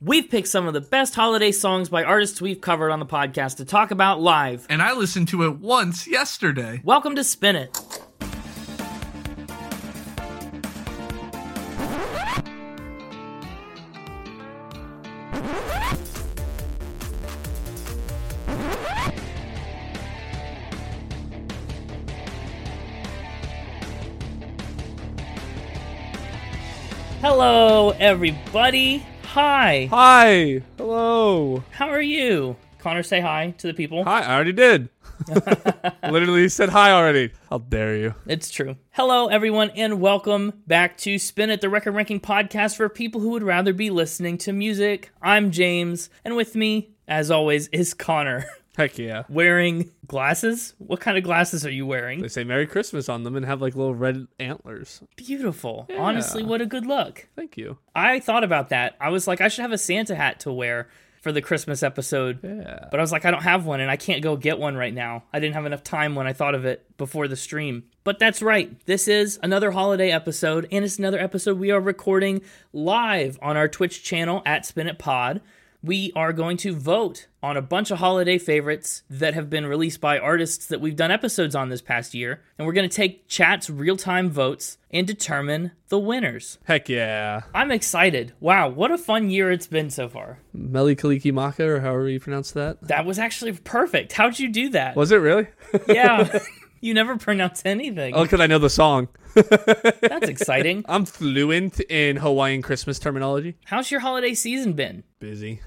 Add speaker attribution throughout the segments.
Speaker 1: We've picked some of the best holiday songs by artists we've covered on the podcast to talk about live.
Speaker 2: And I listened to it once yesterday.
Speaker 1: Welcome to Spin It. Hello, everybody. Hi.
Speaker 3: Hi. Hello.
Speaker 1: How are you? Connor, say hi to the people.
Speaker 3: Hi. I already did. Literally said hi already. How dare you?
Speaker 1: It's true. Hello, everyone, and welcome back to Spin at the Record Ranking podcast for people who would rather be listening to music. I'm James, and with me, as always, is Connor.
Speaker 3: Heck yeah.
Speaker 1: Wearing glasses? What kind of glasses are you
Speaker 3: They
Speaker 1: wearing?
Speaker 3: say Merry Christmas on them and have like little red antlers.
Speaker 1: Beautiful. Honestly, what a good look.
Speaker 3: Thank you.
Speaker 1: I thought about that. I was like, I should have a Santa hat to wear for the Christmas episode.
Speaker 3: Yeah.
Speaker 1: But I was like, I don't have one and I can't go get one right now. I didn't have enough time when I thought of it before the stream. But that's right. This is another holiday episode, and it's another episode we are recording live on our Twitch channel at Spin It Pod. We are going to vote on a bunch of holiday favorites that have been released by artists that we've done episodes on this past year. And we're going to take chat's real time votes and determine the winners.
Speaker 3: Heck yeah.
Speaker 1: I'm excited. Wow, what a fun year it's been so far.
Speaker 3: Melikaliki Maka or however you pronounce that.
Speaker 1: That was actually perfect. How'd you do that?
Speaker 3: Was it really?
Speaker 1: Yeah. you never pronounce anything.
Speaker 3: oh, because I know the song.
Speaker 1: That's exciting.
Speaker 3: I'm fluent in Hawaiian Christmas terminology.
Speaker 1: How's your holiday season been?
Speaker 3: Busy.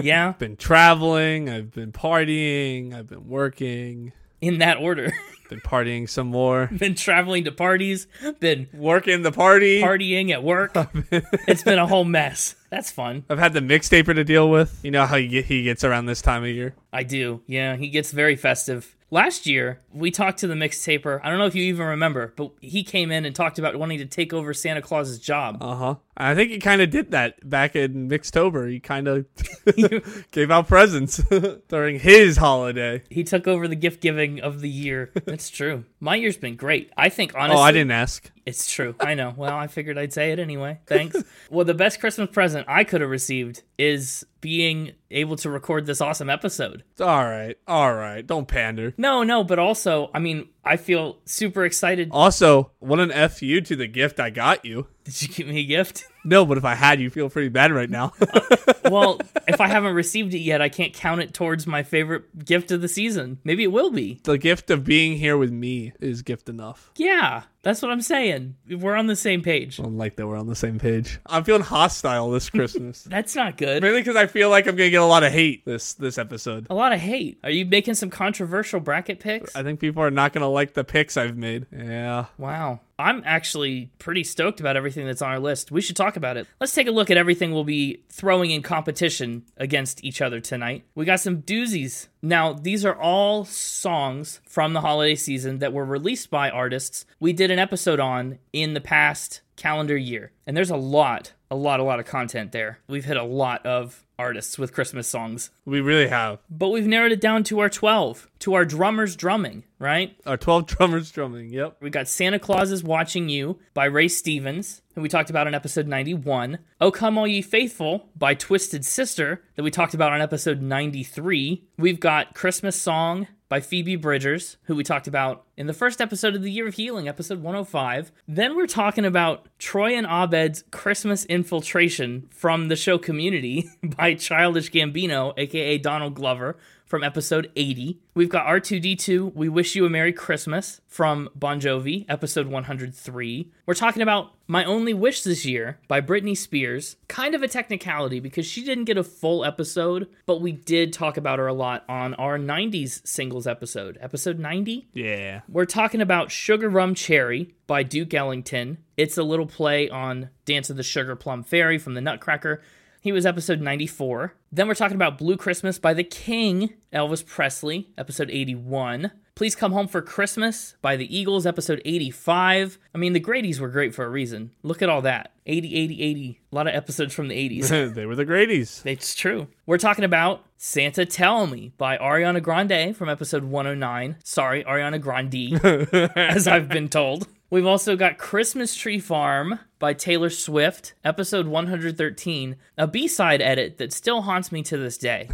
Speaker 1: Yeah,
Speaker 3: Been traveling. I've been partying. I've been working.
Speaker 1: in that order.
Speaker 3: Been partying some more.
Speaker 1: been traveling to parties, been
Speaker 3: Working the party.
Speaker 1: partying at work. it's been a whole mess. That's fun.
Speaker 3: I've had the mixtaper to deal with. You know how he, get, he gets around this time of year.
Speaker 1: I do. Yeah, he gets very festive. Last year, we talked to the mixtaper. I don't know if you even remember, but he came in and talked about wanting to take over Santa Claus's job.
Speaker 3: Uh huh. I think he kind of did that back in Mixtober. He kind of gave out presents during his holiday.
Speaker 1: He took over the gift giving of the year. That's true. My year's been great. I think honestly
Speaker 3: Oh, I didn't ask.
Speaker 1: It's true. I know. Well, I figured I'd say it anyway. Thanks. well, the best Christmas present I could have received is being able to record this awesome episode.
Speaker 3: All right. All right. Don't pander.
Speaker 1: No, no, but also, I mean, I feel super excited.
Speaker 3: Oh. Also, what an F you to the gift I got you.
Speaker 1: Did you give me a gift?
Speaker 3: No, but if I had, you feel pretty bad right now.
Speaker 1: well, if I haven't received it yet, I can't count it towards my favorite gift of the season. Maybe it will be.
Speaker 3: the gift of being here with me is gift enough.
Speaker 1: Yeah, that's what I'm saying. We're on the same page.
Speaker 3: I don't like that we're on the same page. I'm feeling hostile this Christmas.
Speaker 1: That's not good.
Speaker 3: Mainly because I feel like I'm gonna get a lot of hate this this episode.
Speaker 1: A lot of hate. Are you making some controversial bracket picks?
Speaker 3: I think people are not gonna like the picks I've made. Yeah.
Speaker 1: Wow. I'm actually pretty stoked about everything that's on our list. We should talk about it. Let's take a look at everything we'll be throwing in competition against each other tonight. We got some doozies. Now, these are all songs from the holiday season that were released by artists we did an episode on in the past calendar year. And there's a lot, a lot, a lot of content there. We've hit a lot of artists with Christmas songs,
Speaker 3: We really have.
Speaker 1: but we've narrowed it down to our 12, to our drummers drumming, right?
Speaker 3: Our 12 drummers drumming. Yep.
Speaker 1: We got Santa Claus is Watching You by Ray Stevens, who we talked about on episode 91. O Come All Ye Faithful by Twisted Sister, that we talked about on episode 93. We've got Christmas Song by Phoebe Bridgers, who we talked about in the first episode of The Year of Healing, episode 105. Then we're talking about Troy and Abed's Christmas Infiltration from the show Community by Childish Gambino, aka Donald Glover, from episode 80. We've got R2D2, We Wish You a Merry Christmas from Bon Jovi, episode 103. We're talking about My Only Wish This Year by Britney Spears, kind of a technicality because she didn't get a full episode, but we did talk about her a lot on our 90s singles episode, episode 90.
Speaker 3: Yeah.
Speaker 1: We're talking about Sugar Rum Cherry by Duke Ellington. It's a little play on Dance of the Sugar Plum Fairy from the Nutcracker. He was episode 94. Then we're talking about Blue Christmas by the King, Elvis Presley, episode 81. Please Come Home for Christmas by the Eagles, episode 85. I mean, the Grady's were great for a reason. Look at all that 80, 80, 80. A lot of episodes from the 80s.
Speaker 3: they were the Grady's.
Speaker 1: It's true. We're talking about Santa Tell Me by Ariana Grande from episode 109. Sorry, Ariana Grande, as I've been told. We've also got Christmas Tree Farm by Taylor Swift, episode 113, a B side edit that still haunts me to this day.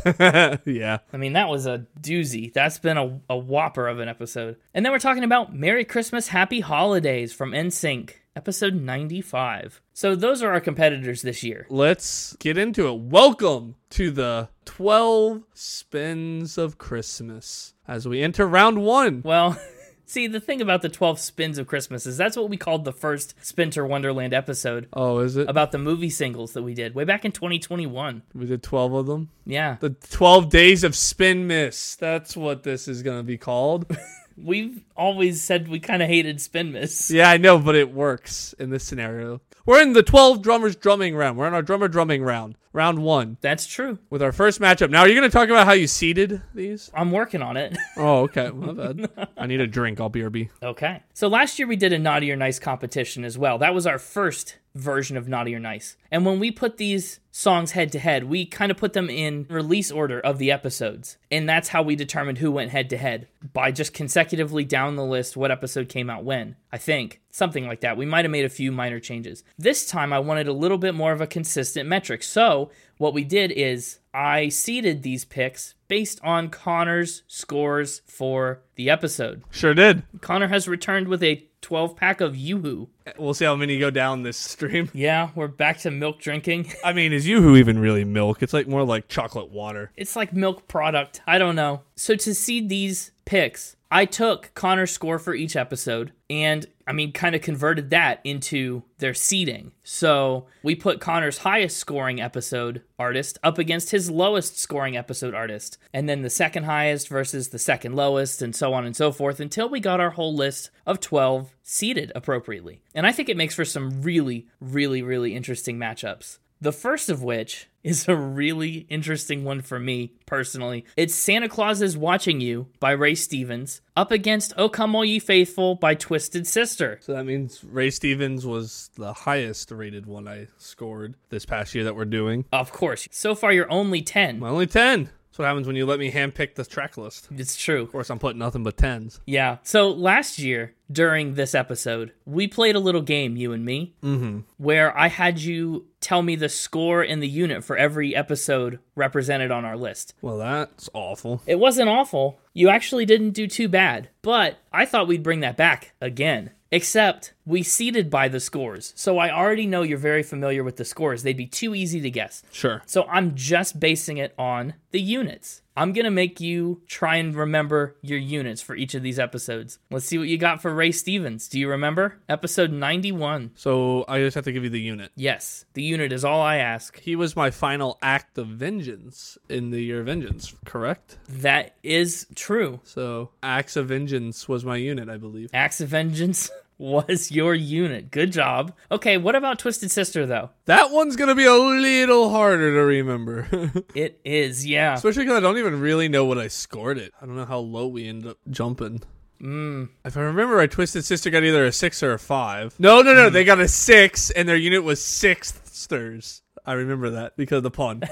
Speaker 3: yeah.
Speaker 1: I mean, that was a doozy. That's been a, a whopper of an episode. And then we're talking about Merry Christmas, Happy Holidays from NSYNC, episode 95. So those are our competitors this year.
Speaker 3: Let's get into it. Welcome to the 12 spins of Christmas as we enter round one.
Speaker 1: Well, see, the thing about the 12 spins of Christmas is that's what we called the first Spinter Wonderland episode
Speaker 3: Oh, is it?
Speaker 1: about the movie singles that we did way back in 2021.
Speaker 3: We did 12 of them.
Speaker 1: Yeah.
Speaker 3: The 12 days of spin miss. That's what this is going to be called.
Speaker 1: We've always said we kind of hated Spin Miss.
Speaker 3: yeah, I know, but it works in this scenario. We're in the 12 drummers drumming round. We're in our drummer drumming round, round one,
Speaker 1: That's true.
Speaker 3: with our first matchup. Now, are you going to talk about how you seeded these?
Speaker 1: I'm working on it.
Speaker 3: Oh, okay. My bad. I need a drink. I'll BRB.
Speaker 1: Okay. So last year we did a naughty or nice competition as well. That was our first version of naughty or nice. And when we put these songs head to head, we kind of put them in release order of the episodes. And that's how we determined who went head to head by just consecutively down the list what episode came out when. I think something like that. We might have made a few minor changes. This time I wanted a little bit more of a consistent metric. So what we did is I seeded these picks based on Connor's scores for the episode.
Speaker 3: Sure did.
Speaker 1: Connor has returned with a 12 pack of Yoo-Hoo.
Speaker 3: We'll see how many go down this stream.
Speaker 1: Yeah, we're back to milk drinking.
Speaker 3: I mean, is Yoo-Hoo even really milk? It's like more like chocolate water.
Speaker 1: it's like milk product. I don't know. So to see these picks, I took Connor's score for each episode and I mean kind of converted that into their seeding. So we put Connor's highest scoring episode artist up against his lowest scoring episode artist and then the second highest versus the second lowest and so on and so forth until we got our whole list of 12 seeded appropriately. And I think it makes for some really really really interesting matchups. The first of which is a really interesting one for me personally. It's Santa Claus is Watching You by Ray Stevens up against O Come All Ye Faithful by Twisted Sister.
Speaker 3: So that means Ray Stevens was the highest rated one I scored this past year that we're doing.
Speaker 1: Of course, so far you're only 10.
Speaker 3: My only 10. That's what happens when you let me handpick the track list. Of
Speaker 1: it's true.
Speaker 3: course, I'm putting nothing but 10s.
Speaker 1: Yeah. So last year during this episode, we played a little game, you and me, mm-hmm. where I had you tell me the score in the unit for every episode represented on our list.
Speaker 3: Well, that's awful.
Speaker 1: It wasn't awful. You actually didn't do too bad, but I thought we'd bring that back again. Except we seeded by the scores. So I already know you're very familiar with the scores. They'd be too easy to guess.
Speaker 3: Sure.
Speaker 1: So I'm just basing it on the units. I'm going to make you try and remember your units for each of these episodes. Let's see what you got for Ray Stevens. Do you remember? Episode 91.
Speaker 3: So I just have to give you the unit.
Speaker 1: Yes, the unit is all I ask.
Speaker 3: He was my final act of vengeance in the year of vengeance, correct?
Speaker 1: That is true.
Speaker 3: So acts of vengeance was my unit, I believe.
Speaker 1: Acts of Vengeance was your unit. Good job. Okay, what about Twisted Sister though?
Speaker 3: That one's gonna be a little harder to remember.
Speaker 1: It is, yeah.
Speaker 3: Especially because I don't even really know what I scored it. I don't know how low we ended up jumping. If I remember, I Twisted Sister got either a six or a five. No, no, no. They got a six, and their unit was sixthsters. I remember that because of the pun.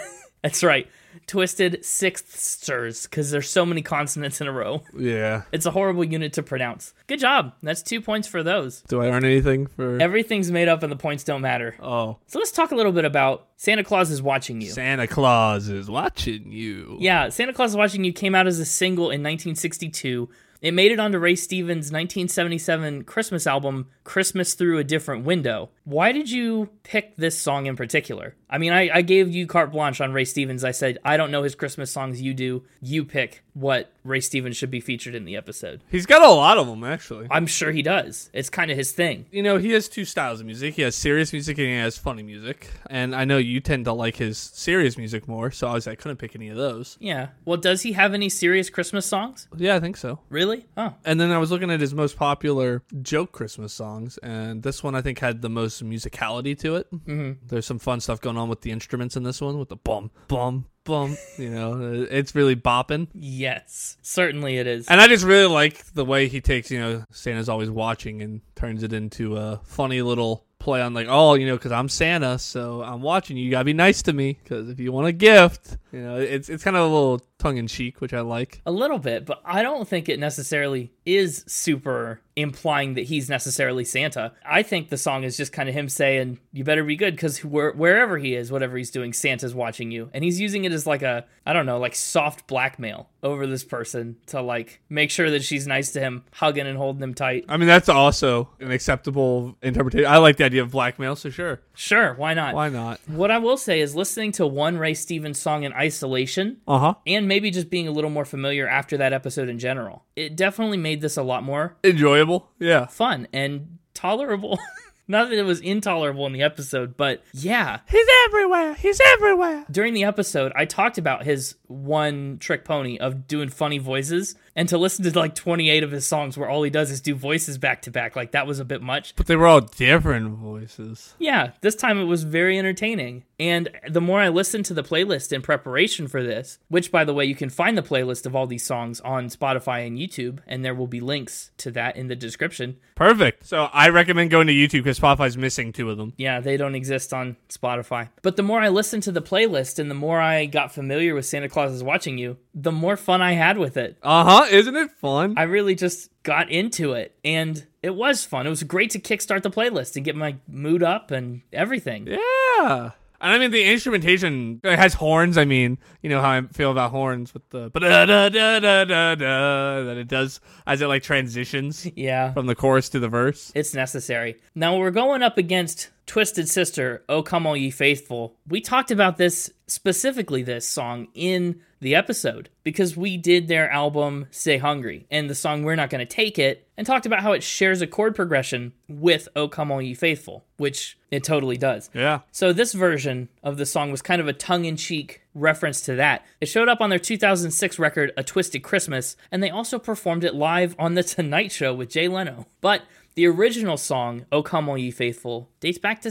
Speaker 1: That's right. Twisted Sixthsters, because there's so many consonants in a row.
Speaker 3: yeah.
Speaker 1: It's a horrible unit to pronounce. Good job. That's two points for those.
Speaker 3: Do I earn anything for?
Speaker 1: Everything's made up and the points don't matter.
Speaker 3: oh,
Speaker 1: So let's talk a little bit about Santa Claus is Watching You.
Speaker 3: Santa Claus is watching you.
Speaker 1: Yeah, Santa Claus is Watching You came out as a single in 1962. It made it onto Ray Stevens' 1977 Christmas album, Christmas Through a Different Window. Why did you pick this song in particular? I mean, I, I gave you carte blanche on Ray Stevens. I said, I don't know his Christmas songs, you do. You pick what Ray Stevens should be featured in the episode.
Speaker 3: He's got a lot of them actually.
Speaker 1: I'm sure he does. It's kind of his thing.
Speaker 3: you know, he has two styles of music. He has serious music and he has funny music. And I know you tend to like his serious music more, so I was I couldn't pick any of those.
Speaker 1: Yeah. Well, does he have any serious Christmas songs?
Speaker 3: Yeah, I think so.
Speaker 1: Really? Oh,
Speaker 3: And then I was looking at his most popular joke Christmas songs, and this one I think had the most musicality to it. Mm-hmm. There's some fun stuff going on with the instruments in this one, with the bum, bum, bum. you know, it's really bopping.
Speaker 1: yes. Certainly it is.
Speaker 3: And I just really like the way he takes, you know, Santa's always watching and turns it into a funny little play on like, oh, you know, because I'm Santa, so I'm watching you. You gotta be nice to me because if you want a gift, you know, it's it's kind of a little tongue in cheek, which I like.
Speaker 1: A little bit, but I don't think it necessarily is super implying that he's necessarily Santa. I think the song is just kind of him saying, "You better be good because wherever he is, whatever he's doing, Santa's watching you," and he's using it as like a I don't know, like soft blackmail over this person to like make sure that she's nice to him, hugging and holding him tight.
Speaker 3: I mean, that's also an acceptable interpretation. I like the idea of blackmail, so sure,
Speaker 1: Sure, why not?
Speaker 3: why not?
Speaker 1: What I will say is listening to one Ray Stevens song in isolation
Speaker 3: Uh huh.
Speaker 1: and maybe just being a little more familiar after that episode in general. It definitely made this a lot more
Speaker 3: Enjoyable, yeah.
Speaker 1: fun and tolerable. Not that it was intolerable in the episode, but yeah.
Speaker 3: He's everywhere. He's everywhere.
Speaker 1: During the episode, I talked about his one trick pony of doing funny voices, and to listen to like 28 of his songs where all he does is do voices back to back, like that was a bit much.
Speaker 3: But they were all different voices.
Speaker 1: Yeah, this time it was very entertaining. And the more I listened to the playlist in preparation for this, which by the way, you can find the playlist of all these songs on Spotify and YouTube, and there will be links to that in the description.
Speaker 3: Perfect. So I recommend going to YouTube because Spotify's missing two of them.
Speaker 1: Yeah, they don't exist on Spotify. But the more I listened to the playlist and the more I got familiar with Santa Claus is Watching You, the more fun I had with it.
Speaker 3: Uh huh. Isn't it fun?
Speaker 1: I really just got into it and it was fun. It was great to kickstart the playlist and get my mood up and everything.
Speaker 3: Yeah. And I mean the instrumentation it has horns. I mean, you know how I feel about horns with the da da da da da da that it does as it like transitions
Speaker 1: Yeah.
Speaker 3: from the chorus to the verse.
Speaker 1: It's necessary. Now we're going up against Twisted Sister, O Come All Ye Faithful. We talked about this specifically, this song in the episode because we did their album Stay Hungry and the song We're Not Gonna Take It and talked about how it shares a chord progression with O Come All Ye Faithful, which it totally does.
Speaker 3: Yeah.
Speaker 1: So this version of the song was kind of a tongue-in-cheek reference to that. It showed up on their 2006 record A Twisted Christmas, and they also performed it live on the Tonight Show with Jay Leno. But the original song "O Come All Ye Faithful" dates back to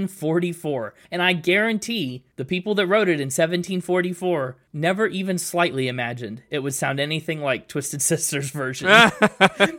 Speaker 1: 1744, and I guarantee the people that wrote it in 1744 never even slightly imagined it would sound anything like Twisted Sister's version,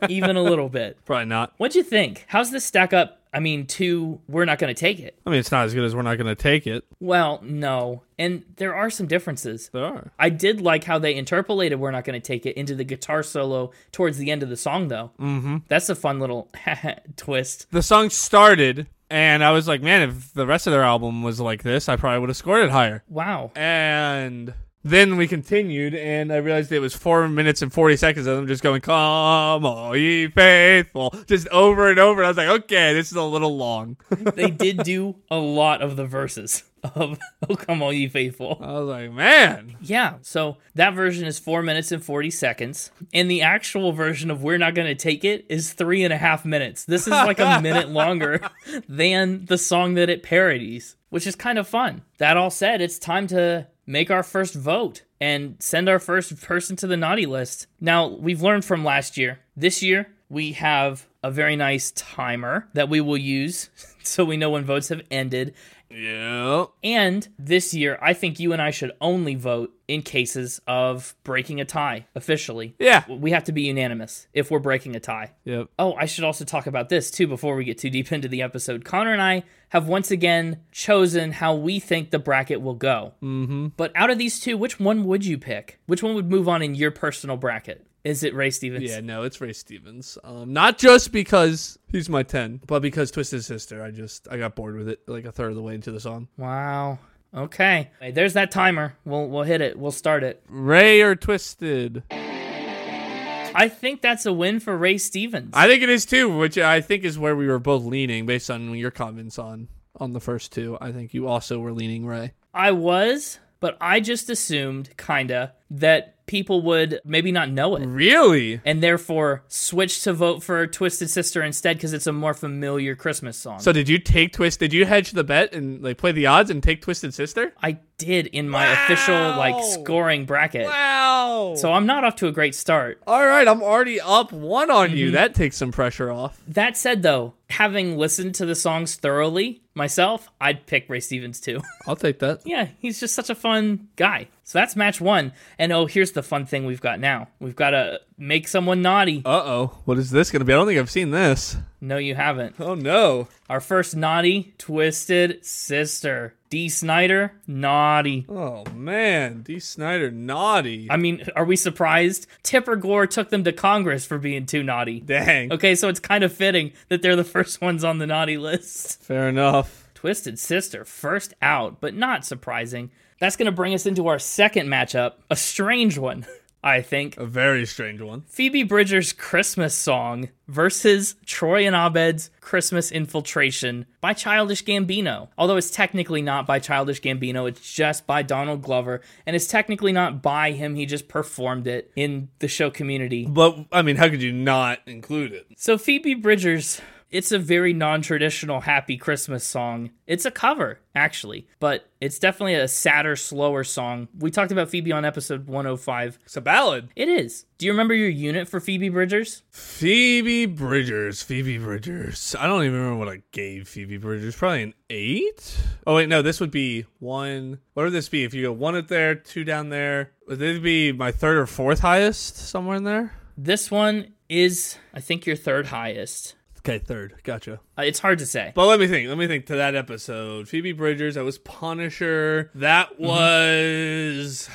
Speaker 1: even a little bit.
Speaker 3: Probably not.
Speaker 1: What'd you think? How's this stack up? I mean, to we're not going to take it.
Speaker 3: I mean, it's not as good as we're not going to take it.
Speaker 1: Well, no. And there are some differences.
Speaker 3: There are.
Speaker 1: I did like how they interpolated We're Not Gonna Take It into the guitar solo towards the end of the song, though. Mm-hmm. That's a fun little twist.
Speaker 3: The song started, and I was like, man, if the rest of their album was like this, I probably would have scored it higher.
Speaker 1: Wow.
Speaker 3: And then we continued, and I realized it was four minutes and 40 seconds of them just going, Come, all ye faithful, just over and over. And I was like, Okay, this is a little long.
Speaker 1: they did do a lot of the verses of Oh Come All Ye Faithful.
Speaker 3: I was like, Man,
Speaker 1: Yeah, so that version is four minutes and 40 seconds. And the actual version of We're Not Gonna Take It is three and a half minutes. This is like a minute longer than the song that it parodies, which is kind of fun. That all said, it's time to make our first vote and send our first person to the naughty list. Now, we've learned from last year. This year, we have a very nice timer that we will use so we know when votes have ended.
Speaker 3: yeah.
Speaker 1: And this year, I think you and I should only vote in cases of breaking a tie officially.
Speaker 3: Yeah.
Speaker 1: We have to be unanimous if we're breaking a tie.
Speaker 3: Yep.
Speaker 1: Oh, I should also talk about this too before we get too deep into the episode. Connor and I have once again chosen how we think the bracket will go. Mm-hmm. But out of these two, which one would you pick? Which one would move on in your personal bracket? Is it Ray Stevens?
Speaker 3: Yeah, no, it's Ray Stevens. Um, not just because he's my ten, but because Twisted Sister. I just I got bored with it like a third of the way into the song.
Speaker 1: Wow. Okay. Hey, there's that timer. We'll we'll hit it. We'll start it.
Speaker 3: Ray or Twisted?
Speaker 1: I think that's a win for Ray Stevens.
Speaker 3: I think it is too, which I think is where we were both leaning based on your comments on on the first two. I think you also were leaning Ray.
Speaker 1: I was, but I just assumed, kinda, that people would maybe not know it.
Speaker 3: Really?
Speaker 1: And therefore, switch to vote for Twisted Sister instead because it's a more familiar Christmas song.
Speaker 3: So did you take Twist? Did you hedge the bet and like play the odds and take Twisted Sister?
Speaker 1: I did in my official like scoring bracket.
Speaker 3: Wow.
Speaker 1: So I'm not off to a great start.
Speaker 3: all right, I'm already up one on you. That takes some pressure off.
Speaker 1: That said, though, having listened to the songs thoroughly myself, I'd pick Ray Stevens too.
Speaker 3: I'll take that.
Speaker 1: yeah, he's just such a fun guy. So that's match one. And oh, here's the fun thing we've got now. We've got a make someone naughty.
Speaker 3: Uh oh. What is this going to be? I don't think I've seen this.
Speaker 1: No, you haven't.
Speaker 3: Oh no.
Speaker 1: Our first naughty twisted sister. D. Snyder, naughty.
Speaker 3: Oh man. D. Snyder naughty.
Speaker 1: I mean, are we surprised? Tipper Gore took them to Congress for being too naughty.
Speaker 3: Dang.
Speaker 1: Okay, so it's kind of fitting that they're the first ones on the naughty list.
Speaker 3: Fair enough.
Speaker 1: Twisted Sister first out, but not surprising. That's going to bring us into our second matchup, a strange one, I think.
Speaker 3: A very strange one.
Speaker 1: Phoebe Bridger's Christmas song versus Troy and Abed's Christmas Infiltration by Childish Gambino. Although it's technically not by Childish Gambino, it's just by Donald Glover, and it's technically not by him, he just performed it in the show community.
Speaker 3: But I mean, how could you not include it?
Speaker 1: So Phoebe Bridgers, it's a very non-traditional happy Christmas song. It's a cover, actually, but it's definitely a sadder, slower song. We talked about Phoebe on episode 105.
Speaker 3: It's a ballad.
Speaker 1: It is. Do you remember your unit for Phoebe Bridgers?
Speaker 3: Phoebe Bridgers. Phoebe Bridgers. I don't even remember what I gave Phoebe Bridgers. Probably an eight. Oh wait, no. This would be one. What would this be? If you go one up there, two down there, would this be my third or fourth highest somewhere in there?
Speaker 1: This one is, I think, your third highest.
Speaker 3: Okay, third. Gotcha.
Speaker 1: Uh, it's hard to say.
Speaker 3: But let me think. Let me think to that episode. Phoebe Bridgers, that was Punisher. That was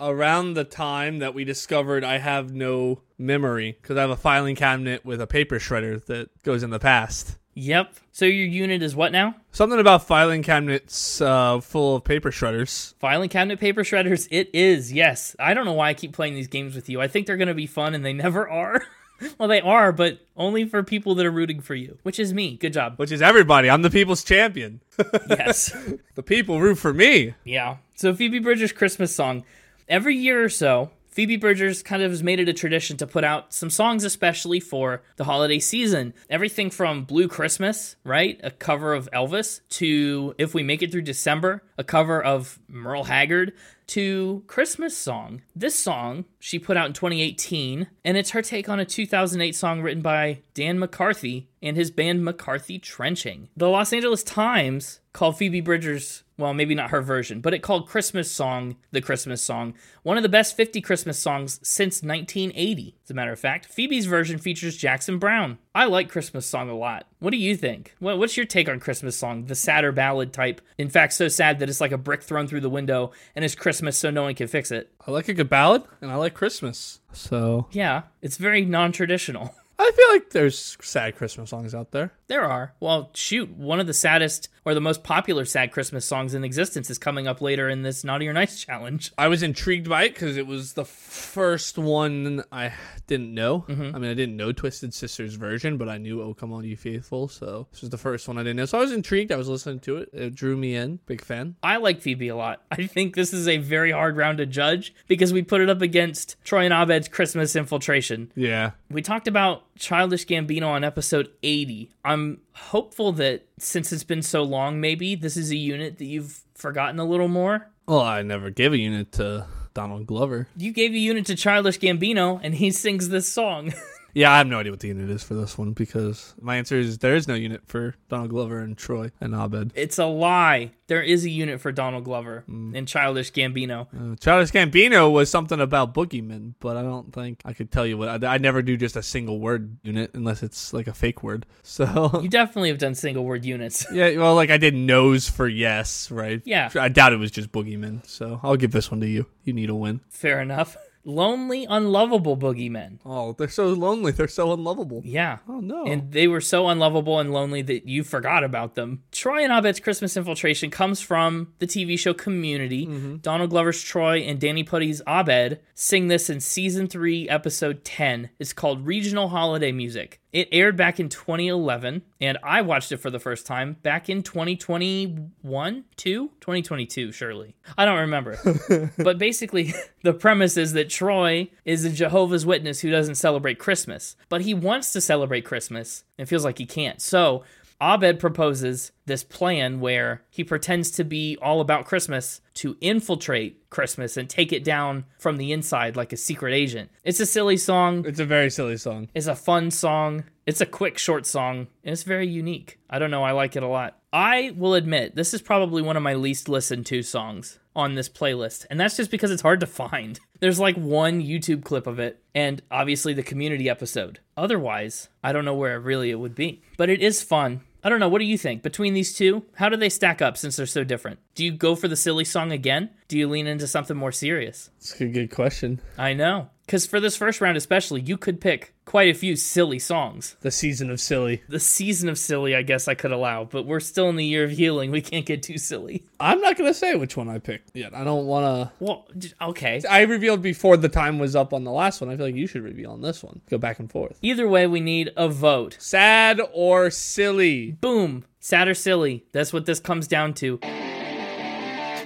Speaker 3: around the time that we discovered I have no memory because I have a filing cabinet with a paper shredder that goes in the past.
Speaker 1: Yep. So your unit is what now?
Speaker 3: Something about filing cabinets uh, full of paper shredders.
Speaker 1: Filing cabinet paper shredders. It is. Yes. I don't know why I keep playing these games with you. I think they're going to be fun and they never are. well, they are, but only for people that are rooting for you, which is me. Good job.
Speaker 3: Which is everybody. I'm the people's champion.
Speaker 1: yes.
Speaker 3: The people root for me.
Speaker 1: Yeah. So Phoebe Bridgers' Christmas song. Every year or so, Phoebe Bridgers kind of has made it a tradition to put out some songs, especially for the holiday season. Everything from Blue Christmas, right? A cover of Elvis, to If We Make It Through December, a cover of Merle Haggard, to Christmas Song. This song she put out in 2018, and it's her take on a 2008 song written by Dan McCarthy and his band McCarthy Trenching. The Los Angeles Times called Phoebe Bridgers, well, maybe not her version, but it called Christmas Song the Christmas Song, one of the best 50 Christmas songs since 1980. As a matter of fact, Phoebe's version features Jackson Brown. I like Christmas Song a lot. What do you think? What- What's your take on Christmas Song, the sadder ballad type? In fact, so sad that it's like a brick thrown through the window and it's Christmas so no one can fix it.
Speaker 3: I like a good ballad and I like Christmas. So
Speaker 1: Yeah, it's very non traditional.
Speaker 3: I feel like there's sad Christmas songs out there.
Speaker 1: There are. Well, shoot, one of the saddest or the most popular sad Christmas songs in existence is coming up later in this Naughty or Nice challenge.
Speaker 3: I was intrigued by it because it was the first one I didn't know. I mean, I didn't know Twisted Sister's version, but I knew "Oh Come On, You Faithful." So this was the first one I didn't know. So I was intrigued. I was listening to it. It drew me in. Big fan.
Speaker 1: I like Phoebe a lot. I think this is a very hard round to judge because we put it up against Troy and Abed's Christmas Infiltration.
Speaker 3: Yeah.
Speaker 1: We talked about Childish Gambino on episode 80. I'm hopeful that since it's been so long, maybe this is a unit that you've forgotten a little more.
Speaker 3: Well, I never gave a unit to Donald Glover.
Speaker 1: You gave a unit to Childish Gambino and he sings this song.
Speaker 3: Yeah, I have no idea what the unit is for this one because my answer is there is no unit for Donald Glover and Troy and Abed.
Speaker 1: It's a lie. There is a unit for Donald Glover and Childish Gambino.
Speaker 3: Uh, Childish Gambino was something about boogeyman, but I don't think I could tell you what. I, I never do just a single word unit unless it's like a fake word. So
Speaker 1: You definitely have done single word units.
Speaker 3: yeah, well, like I did nose for yes, right?
Speaker 1: Yeah.
Speaker 3: I doubt it was just boogeyman. So I'll give this one to you. You need a win.
Speaker 1: Fair enough. Lonely, unlovable boogeymen.
Speaker 3: Oh, they're so lonely. They're so unlovable.
Speaker 1: Yeah.
Speaker 3: Oh no.
Speaker 1: And they were so unlovable and lonely that you forgot about them. Troy and Abed's Christmas Infiltration comes from the TV show Community. Donald Glover's Troy and Danny Putty's Abed sing this in season 3, episode 10. It's called Regional Holiday Music. It aired back in 2011, and I watched it for the first time back in 2021, 2? 2022, surely. I don't remember. but basically, the premise is that Troy is a Jehovah's Witness who doesn't celebrate Christmas, but he wants to celebrate Christmas and feels like he can't. So, Abed proposes this plan where he pretends to be all about Christmas to infiltrate Christmas and take it down from the inside like a secret agent. It's a silly song,
Speaker 3: it's a very silly song.
Speaker 1: it's a fun song, it's a quick, short song, and it's very unique. I don't know, I like it a lot. I will admit, this is probably one of my least listened to songs on this playlist, and that's just because it's hard to find. There's like one YouTube clip of it, and obviously the community episode. Otherwise, I don't know where really it would be. But it is fun. I don't know. What do you think? Between these two, how do they stack up since they're so different? Do you go for the silly song again? Do you lean into something more serious?
Speaker 3: It's a good question.
Speaker 1: I know. Because for this first round, especially, you could pick quite a few silly songs.
Speaker 3: The season of silly.
Speaker 1: The season of silly, I guess I could allow, but we're still in the year of healing. We can't get too silly.
Speaker 3: I'm not gonna say which one I picked yet. I don't wanna.
Speaker 1: Well, d- okay.
Speaker 3: I revealed before the time was up on the last one. I feel like you should reveal on this one. Go back and forth.
Speaker 1: Either way, we need a vote.
Speaker 3: Sad or silly?
Speaker 1: Boom. Sad or silly. That's what this comes down to.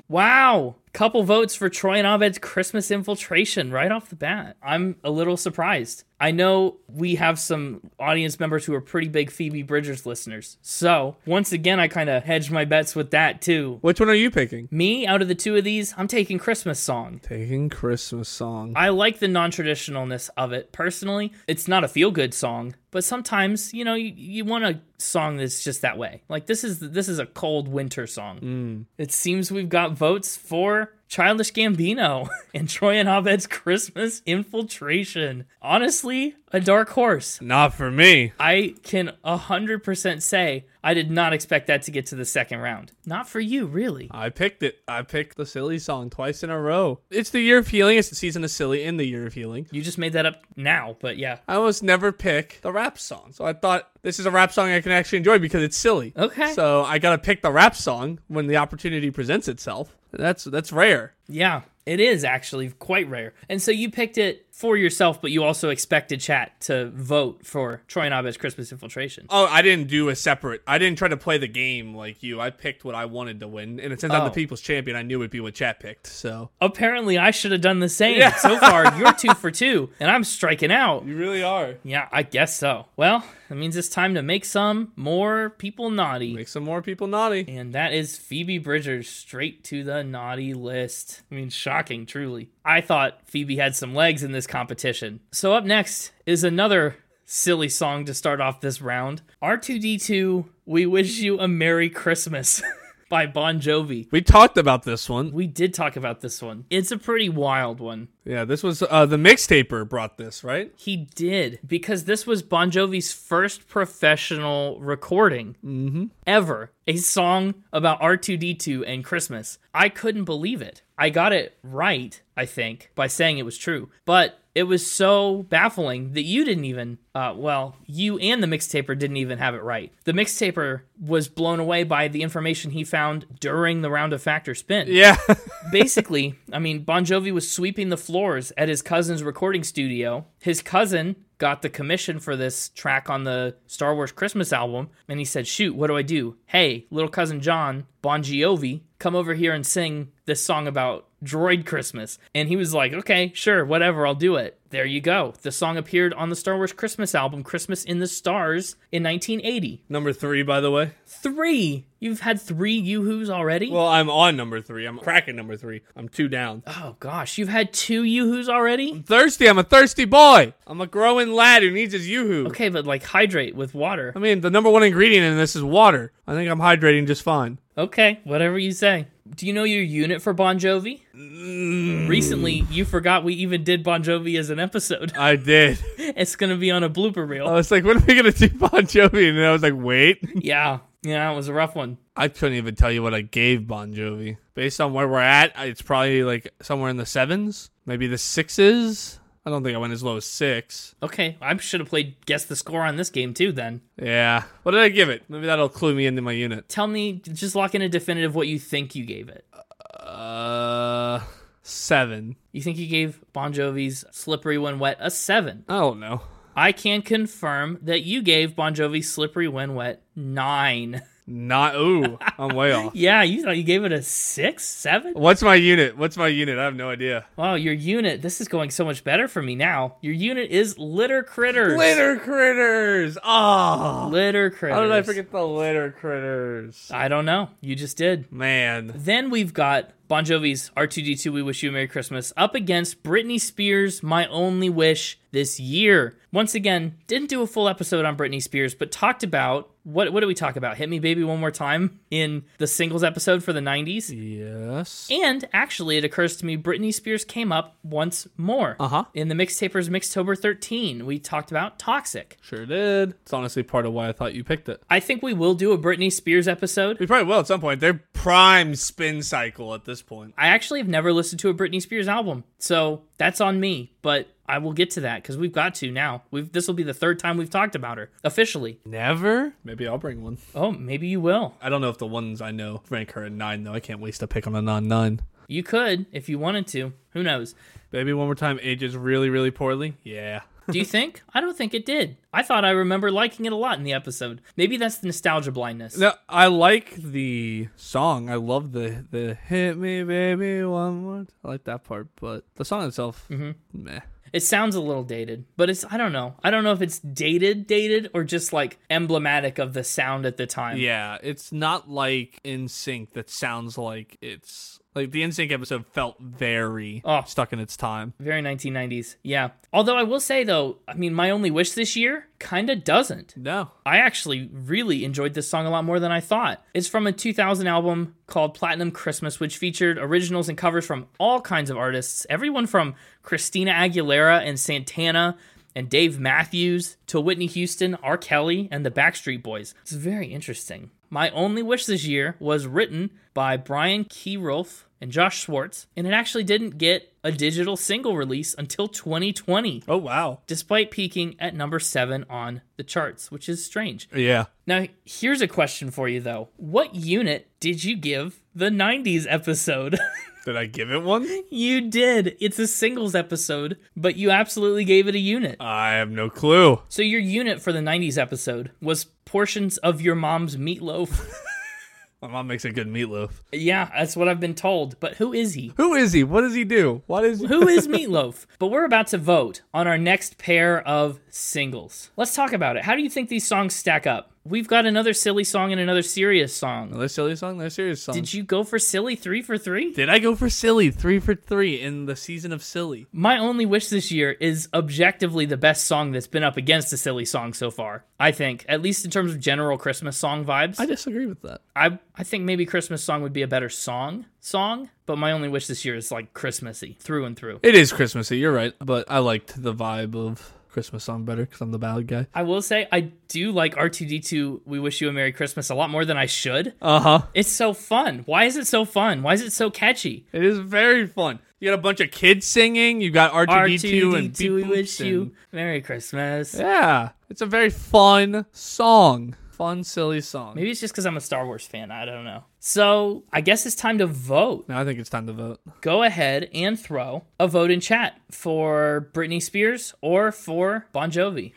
Speaker 1: Wow. Couple votes for Troy and Abed's Christmas infiltration right off the bat. I'm a little surprised. I know we have some audience members who are pretty big Phoebe Bridgers listeners. So, once again, I kind of hedged my bets with that too.
Speaker 3: Which one are you picking?
Speaker 1: Me, out of the two of these, I'm taking Christmas song.
Speaker 3: Taking Christmas song.
Speaker 1: I like the non traditionalness of it personally. It's not a feel good song, but sometimes you know you, you want a song that's just that way. Like this is this is a cold winter song. It seems we've got votes for Childish Gambino and Troy and Abed's Christmas Infiltration. Honestly, a dark horse.
Speaker 3: Not for me.
Speaker 1: I can 100% say I did not expect that to get to the second round. Not for you, really.
Speaker 3: I picked it. I picked the silly song twice in a row. It's the year of healing. It's the season of silly and the year of healing.
Speaker 1: You just made that up now, but yeah.
Speaker 3: I almost never pick the rap song. So I thought this is a rap song I can actually enjoy because it's silly.
Speaker 1: Okay.
Speaker 3: So I gotta pick the rap song when the opportunity presents itself. That's that's rare.
Speaker 1: Yeah, it is actually quite rare. And so you picked it for yourself, but you also expected chat to vote for Troy and Abed's Christmas Infiltration.
Speaker 3: Oh, I didn't do a separate. I didn't try to play the game like you. I picked what I wanted to win, and since I'm the
Speaker 1: Oh.
Speaker 3: people's champion, I knew it'd be what chat picked. So
Speaker 1: Apparently, I should have done the same. So far, you're two for two, and I'm striking out.
Speaker 3: you really are.
Speaker 1: Yeah, I guess so. Well, that means it's time to make some more people naughty.
Speaker 3: Make some more people naughty.
Speaker 1: And that is Phoebe Bridgers straight to the naughty list. I mean, shocking, truly. I thought Phoebe had some legs in this competition. So, up next is another silly song to start off this round R2D2, We Wish You a Merry Christmas by Bon Jovi.
Speaker 3: We talked about this one.
Speaker 1: We did talk about this one. It's a pretty wild one.
Speaker 3: Yeah, this was uh, the mixtaper brought this right.
Speaker 1: He did because this was Bon Jovi's first professional recording ever. A song about R2D2 and Christmas. I couldn't believe it. I got it right, I think, by saying it was true. But it was so baffling that you didn't even, uh, well, you and the mixtaper didn't even have it right. The mixtaper was blown away by the information he found during the round of Factor Spin
Speaker 3: Yeah.
Speaker 1: basically, I mean, Bon Jovi was sweeping the floors at his cousin's recording studio. His cousin got the commission for this track on the Star Wars Christmas album, and he said, Shoot, what do I do? Hey, little cousin John, Bon Jovi, come over here and sing this song about droid Christmas. And he was like, Okay, sure, whatever, I'll do it. There you go. The song appeared on the Star Wars Christmas album, Christmas in the Stars, in 1980.
Speaker 3: number three, by the way.
Speaker 1: Three! You've had three Yoo-Hoos already?
Speaker 3: Well, I'm on number three. I'm cracking number three. I'm two down.
Speaker 1: oh gosh, you've had two Yoo-Hoos already?
Speaker 3: Thirsty. I'm a thirsty boy. I'm a growing lad who needs his yoo-hoo.
Speaker 1: Okay, but like hydrate with water.
Speaker 3: I mean, the number one ingredient in this is water. I think I'm hydrating just fine.
Speaker 1: Okay, whatever you say. Do you know your unit for Bon Jovi? Recently, you forgot we even did Bon Jovi as an episode.
Speaker 3: I did.
Speaker 1: it's going to be on a blooper reel.
Speaker 3: I was like, "What are we gonna do, Bon Jovi?" And then I was like, "Wait."
Speaker 1: yeah, yeah, it was a rough one.
Speaker 3: I couldn't even tell you what I gave Bon Jovi. Based on where we're at, I- it's probably like somewhere in the sevens, maybe the sixes. I don't think I went as low as six.
Speaker 1: Okay, I should have played guess the score on this game too then.
Speaker 3: Yeah. What did I give it? Maybe that'll clue me into my unit.
Speaker 1: Tell me, just lock in a definitive what you think you gave it.
Speaker 3: Uh, seven.
Speaker 1: You think you gave Bon Jovi's Slippery When Wet a 7.
Speaker 3: I don't know.
Speaker 1: I can confirm that you gave Bon Jovi's Slippery When Wet 9.
Speaker 3: Not. Ooh, I'm way off.
Speaker 1: Yeah, you thought you gave it a 6? 7?
Speaker 3: What's my unit? What's my unit? I have no idea.
Speaker 1: Wow, your unit. This is going so much better for me now. Your unit is litter critters.
Speaker 3: Litter critters. Oh.
Speaker 1: Litter critters.
Speaker 3: How did I forget the litter critters?
Speaker 1: I don't know. You just did.
Speaker 3: Man.
Speaker 1: Then we've got Bon Jovi's R2D2 We Wish You a Merry Christmas up against Britney Spears My Only Wish this year. Once again, didn't do a full episode on Britney Spears, but talked about what what did we talk about? Hit Me Baby One More Time in the singles episode for the 90s.
Speaker 3: Yes.
Speaker 1: And actually, it occurs to me Britney Spears came up once more.
Speaker 3: Uh-huh.
Speaker 1: In the Mixtapers Mixtober 13, we talked about Toxic.
Speaker 3: Sure did. It's honestly part of why I thought you picked it.
Speaker 1: I think we will do a Britney Spears episode.
Speaker 3: We probably will at some point. They're prime spin cycle at this point.
Speaker 1: I actually have never listened to a Britney Spears album, so that's on me, but I will get to that because we've got to now. We've this will be the third time we've talked about her officially.
Speaker 3: Never? Maybe I'll bring one.
Speaker 1: Oh, maybe you will.
Speaker 3: I don't know if the ones I know rank her a nine though. I can't waste a pick on a non nine.
Speaker 1: You could if you wanted to. Who knows?
Speaker 3: Baby one more time ages really, really poorly. Yeah.
Speaker 1: Do you think? I don't think it did. I thought I remember liking it a lot in the episode. Maybe that's the nostalgia blindness.
Speaker 3: No, I like the song. I love the the hit me baby one more. T-" I like that part, but the song itself, meh.
Speaker 1: It sounds a little dated, but it's I don't know. I don't know if it's dated dated or just like emblematic of the sound at the time.
Speaker 3: Yeah, it's not like In Sync that sounds like it's like the In Sync episode felt very
Speaker 1: Oh.
Speaker 3: stuck in its time.
Speaker 1: Very 1990s. Yeah. Although I will say though, I mean my only wish this year kind of doesn't.
Speaker 3: No,
Speaker 1: I actually really enjoyed this song a lot more than I thought. It's from a 2000 album called Platinum Christmas, which featured originals and covers from all kinds of artists, everyone from Christina Aguilera and Santana and Dave Matthews to Whitney Houston, R. Kelly, and the Backstreet Boys. It's very interesting. My Only Wish This Year was written by Brian Keyrolf and Josh Schwartz, and it actually didn't get a digital single release until 2020
Speaker 3: oh wow,
Speaker 1: despite peaking at number seven on the charts, which is strange.
Speaker 3: yeah.
Speaker 1: Now, here's a question for you though. What unit did you give the 90s episode?
Speaker 3: Did I give it one?
Speaker 1: you did. It's a singles episode, but you absolutely gave it a unit.
Speaker 3: I have no clue.
Speaker 1: So, your unit for the 90s episode was portions of your mom's meatloaf.
Speaker 3: My mom makes a good meatloaf.
Speaker 1: yeah, that's what I've been told. But who is he?
Speaker 3: Who is he? What does he do? What is
Speaker 1: Who is Meatloaf? But we're about to vote on our next pair of singles. Let's talk about it. How do you think these songs stack up? We've got another silly song and another serious song.
Speaker 3: Another silly song, another serious song.
Speaker 1: Did you go for silly three for three?
Speaker 3: Did I go for silly? Three for three in the season of silly.
Speaker 1: My only wish this year is objectively the best song that's been up against a silly song so far. I think, at least in terms of general Christmas song vibes.
Speaker 3: I disagree with that.
Speaker 1: I I think maybe Christmas song would be a better song song, but my only wish this year is like Christmassy through and through.
Speaker 3: It is Christmassy, you're right, but I liked the vibe of Christmas song better because I'm the bad guy.
Speaker 1: I will say I do like R2D2 We Wish You a Merry Christmas a lot more than I should.
Speaker 3: Uh huh.
Speaker 1: It's so fun. Why is it so fun? Why is it so catchy?
Speaker 3: It is very fun. You got a bunch of kids singing. You got R2D2, and
Speaker 1: R2D2 We
Speaker 3: Beep
Speaker 1: Wish
Speaker 3: Boops and-
Speaker 1: You Merry Christmas.
Speaker 3: Yeah, it's a very fun song. Fun, silly song.
Speaker 1: Maybe it's just because I'm a Star Wars fan. I don't know. So I guess it's time to vote.
Speaker 3: Now I think it's time to vote.
Speaker 1: Go ahead and throw a vote in chat for Britney Spears or for Bon Jovi.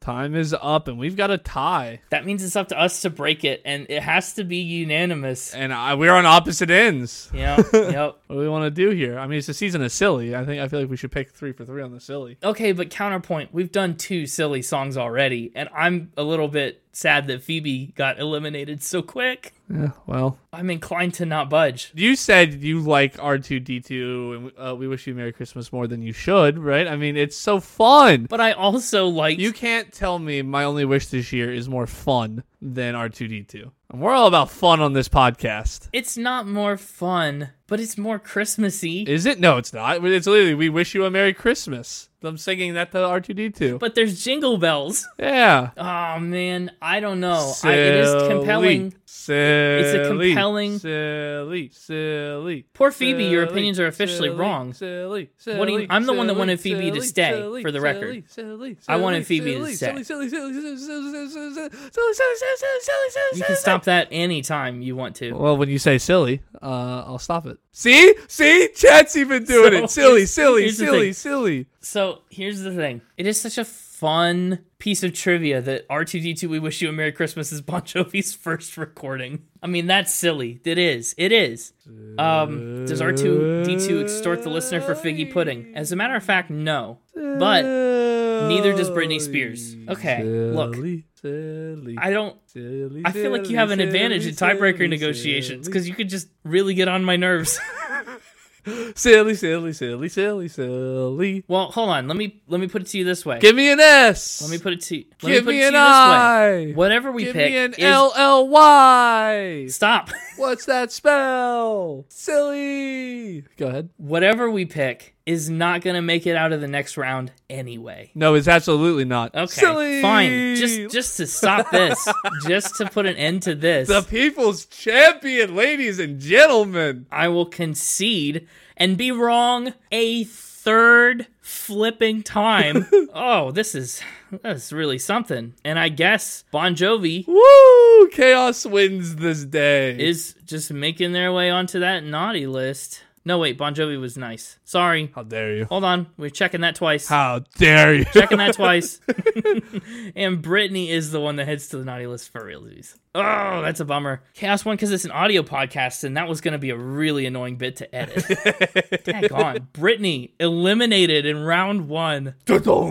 Speaker 3: Time is up, and we've got a tie.
Speaker 1: That means it's up to us to break it, and it has to be unanimous.
Speaker 3: And I, we're on opposite ends.
Speaker 1: Yep, yep.
Speaker 3: What do we want to do here? I mean, it's a season of silly. I think I feel like we should pick three for three on the silly.
Speaker 1: okay, but counterpoint, we've done two silly songs already, and I'm a little bit sad that Phoebe got eliminated so quick.
Speaker 3: Yeah, well,
Speaker 1: I'm inclined to not budge.
Speaker 3: you said you like R2D2 and uh, we wish you Merry Christmas more than you should, right? I mean, it's so fun.
Speaker 1: But I also like
Speaker 3: You can't tell me my only wish this year is more fun than R2D2. And we're all about fun on this podcast.
Speaker 1: it's not more fun, but it's more Christmassy.
Speaker 3: Is it? No, it's not. It's literally we wish you a Merry Christmas. I'm singing that to R2D2.
Speaker 1: but there's jingle bells.
Speaker 3: yeah.
Speaker 1: Oh man, I don't know. I, it is compelling.
Speaker 3: Silly.
Speaker 1: It's a
Speaker 3: Silly.
Speaker 1: compelling-
Speaker 3: Silly. Silly.
Speaker 1: Poor Phoebe, your
Speaker 3: silly,
Speaker 1: opinions are officially
Speaker 3: silly,
Speaker 1: wrong.
Speaker 3: Silly.
Speaker 1: What do you-
Speaker 3: silly,
Speaker 1: I'm the one that
Speaker 3: silly,
Speaker 1: wanted Phoebe to
Speaker 3: silly,
Speaker 1: stay,
Speaker 3: silly,
Speaker 1: for the
Speaker 3: silly,
Speaker 1: record.
Speaker 3: silly,
Speaker 1: I wanted
Speaker 3: silly,
Speaker 1: Phoebe to
Speaker 3: silly,
Speaker 1: stay.
Speaker 3: silly, silly, silly, silly, silly, silly, silly, silly, silly, silly, silly, silly, silly,
Speaker 1: You can
Speaker 3: silly.
Speaker 1: stop that anytime you want to.
Speaker 3: Well, when you say silly, uh, I'll stop it. See, see, Chat's even doing
Speaker 1: So,
Speaker 3: it. Silly,
Speaker 1: here's-
Speaker 3: silly,
Speaker 1: here's the
Speaker 3: silly,
Speaker 1: thing.
Speaker 3: silly.
Speaker 1: So here's the thing. It is such a fun piece of trivia that R2D2 We Wish You a Merry Christmas is Bon Jovi's first recording. I mean, that's silly. It is. It is. Um, does R2D2 extort the listener for figgy pudding? As a matter of fact, no. But Neither does Britney Spears. Okay, look.
Speaker 3: Silly, silly,
Speaker 1: I don't.
Speaker 3: silly,
Speaker 1: I feel like
Speaker 3: silly,
Speaker 1: you have an
Speaker 3: silly,
Speaker 1: advantage in
Speaker 3: silly,
Speaker 1: tiebreaker
Speaker 3: silly.
Speaker 1: negotiations because you could just really get on my nerves.
Speaker 3: Silly, silly, silly, silly, silly.
Speaker 1: well, hold on. Let me let me put it to you this way.
Speaker 3: Give me an S.
Speaker 1: let me put it to. Let
Speaker 3: Give
Speaker 1: me put
Speaker 3: me
Speaker 1: it to
Speaker 3: an
Speaker 1: you this
Speaker 3: I.
Speaker 1: way. Whatever we
Speaker 3: Give
Speaker 1: pick
Speaker 3: me an
Speaker 1: is
Speaker 3: L L Y.
Speaker 1: stop.
Speaker 3: What's that spell? Silly. Go ahead.
Speaker 1: Whatever we pick is not gonna make it out of the next round anyway.
Speaker 3: No, it's absolutely not.
Speaker 1: Okay,
Speaker 3: Silly.
Speaker 1: fine. Just just to stop this, just to put an end to this,
Speaker 3: the people's champion, ladies and gentlemen.
Speaker 1: I will concede and be wrong a third flipping time. oh, this is that's really something. And I guess Bon Jovi
Speaker 3: Woo! Chaos wins this day.
Speaker 1: is just making their way onto that naughty list. No, wait, Bon Jovi was nice. Sorry.
Speaker 3: How dare you?
Speaker 1: Hold on. We're checking that twice.
Speaker 3: How dare you?
Speaker 1: Checking that twice. and Brittany is the one that heads to the naughty list for realsies. Oh, that's a bummer. Chaos one because it's an audio podcast, and that was going to be a really annoying bit to edit. Tag on. Brittany eliminated in round one.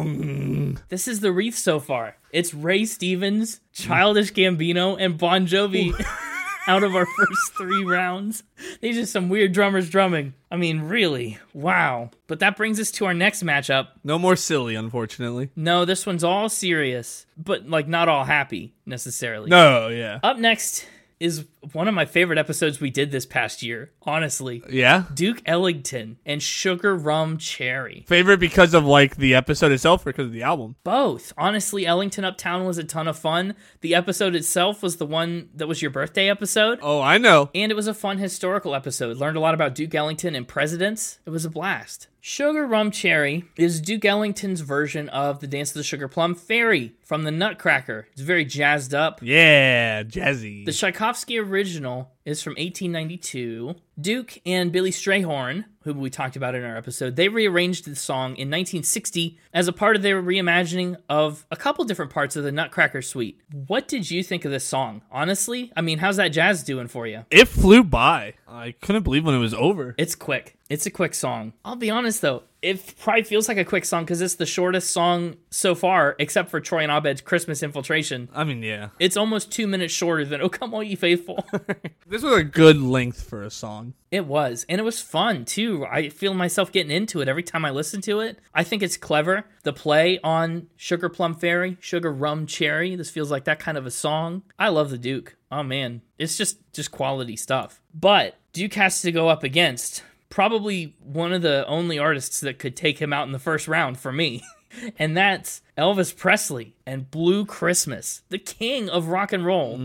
Speaker 3: Da-dong.
Speaker 1: This is the wreath so far. It's Ray Stevens, Childish Gambino, and Bon Jovi out of our first three rounds. These are some weird drummers drumming. I mean, really. Wow. But that brings us to our next matchup.
Speaker 3: No more silly, unfortunately.
Speaker 1: No, this one's all serious, but like not all happy necessarily.
Speaker 3: No, Oh, yeah.
Speaker 1: Up next is one of my favorite episodes we did this past year, honestly.
Speaker 3: Yeah?
Speaker 1: Duke Ellington and Sugar Rum Cherry.
Speaker 3: Favorite because of like the episode itself or because of the album?
Speaker 1: Both. Honestly, Ellington Uptown was a ton of fun. The episode itself was the one that was your birthday episode.
Speaker 3: Oh, I know.
Speaker 1: And it was a fun historical episode. Learned a lot about Duke Ellington and presidents. It was a blast. Sugar Rum Cherry is Duke Ellington's version of the Dance of the Sugar Plum Fairy from the Nutcracker. It's very jazzed up.
Speaker 3: Yeah, jazzy.
Speaker 1: The Tchaikovsky original is from 1892. Duke and Billy Strayhorn, who we talked about in our episode, they rearranged the song in 1960 as a part of their reimagining of a couple different parts of the Nutcracker Suite. What did you think of this song? Honestly, I mean, how's that jazz doing for you?
Speaker 3: it flew by. I couldn't believe when it was over.
Speaker 1: It's quick. It's a quick song. I'll be honest though, it probably feels like a quick song because it's the shortest song so far, except for Troy and Abed's Christmas Infiltration.
Speaker 3: I mean, yeah.
Speaker 1: It's almost two minutes shorter than "Oh Come All Ye Faithful."
Speaker 3: This was a good length for a song.
Speaker 1: It was, and it was fun too. I feel myself getting into it every time I listen to it. I think it's clever. The play on Sugar Plum Fairy, Sugar Rum Cherry. This feels like that kind of a song. I love the Duke. Oh man, it's just just quality stuff. But Duke has to go up against probably one of the only artists that could take him out in the first round for me. and that's Elvis Presley and Blue Christmas, the king of rock and roll.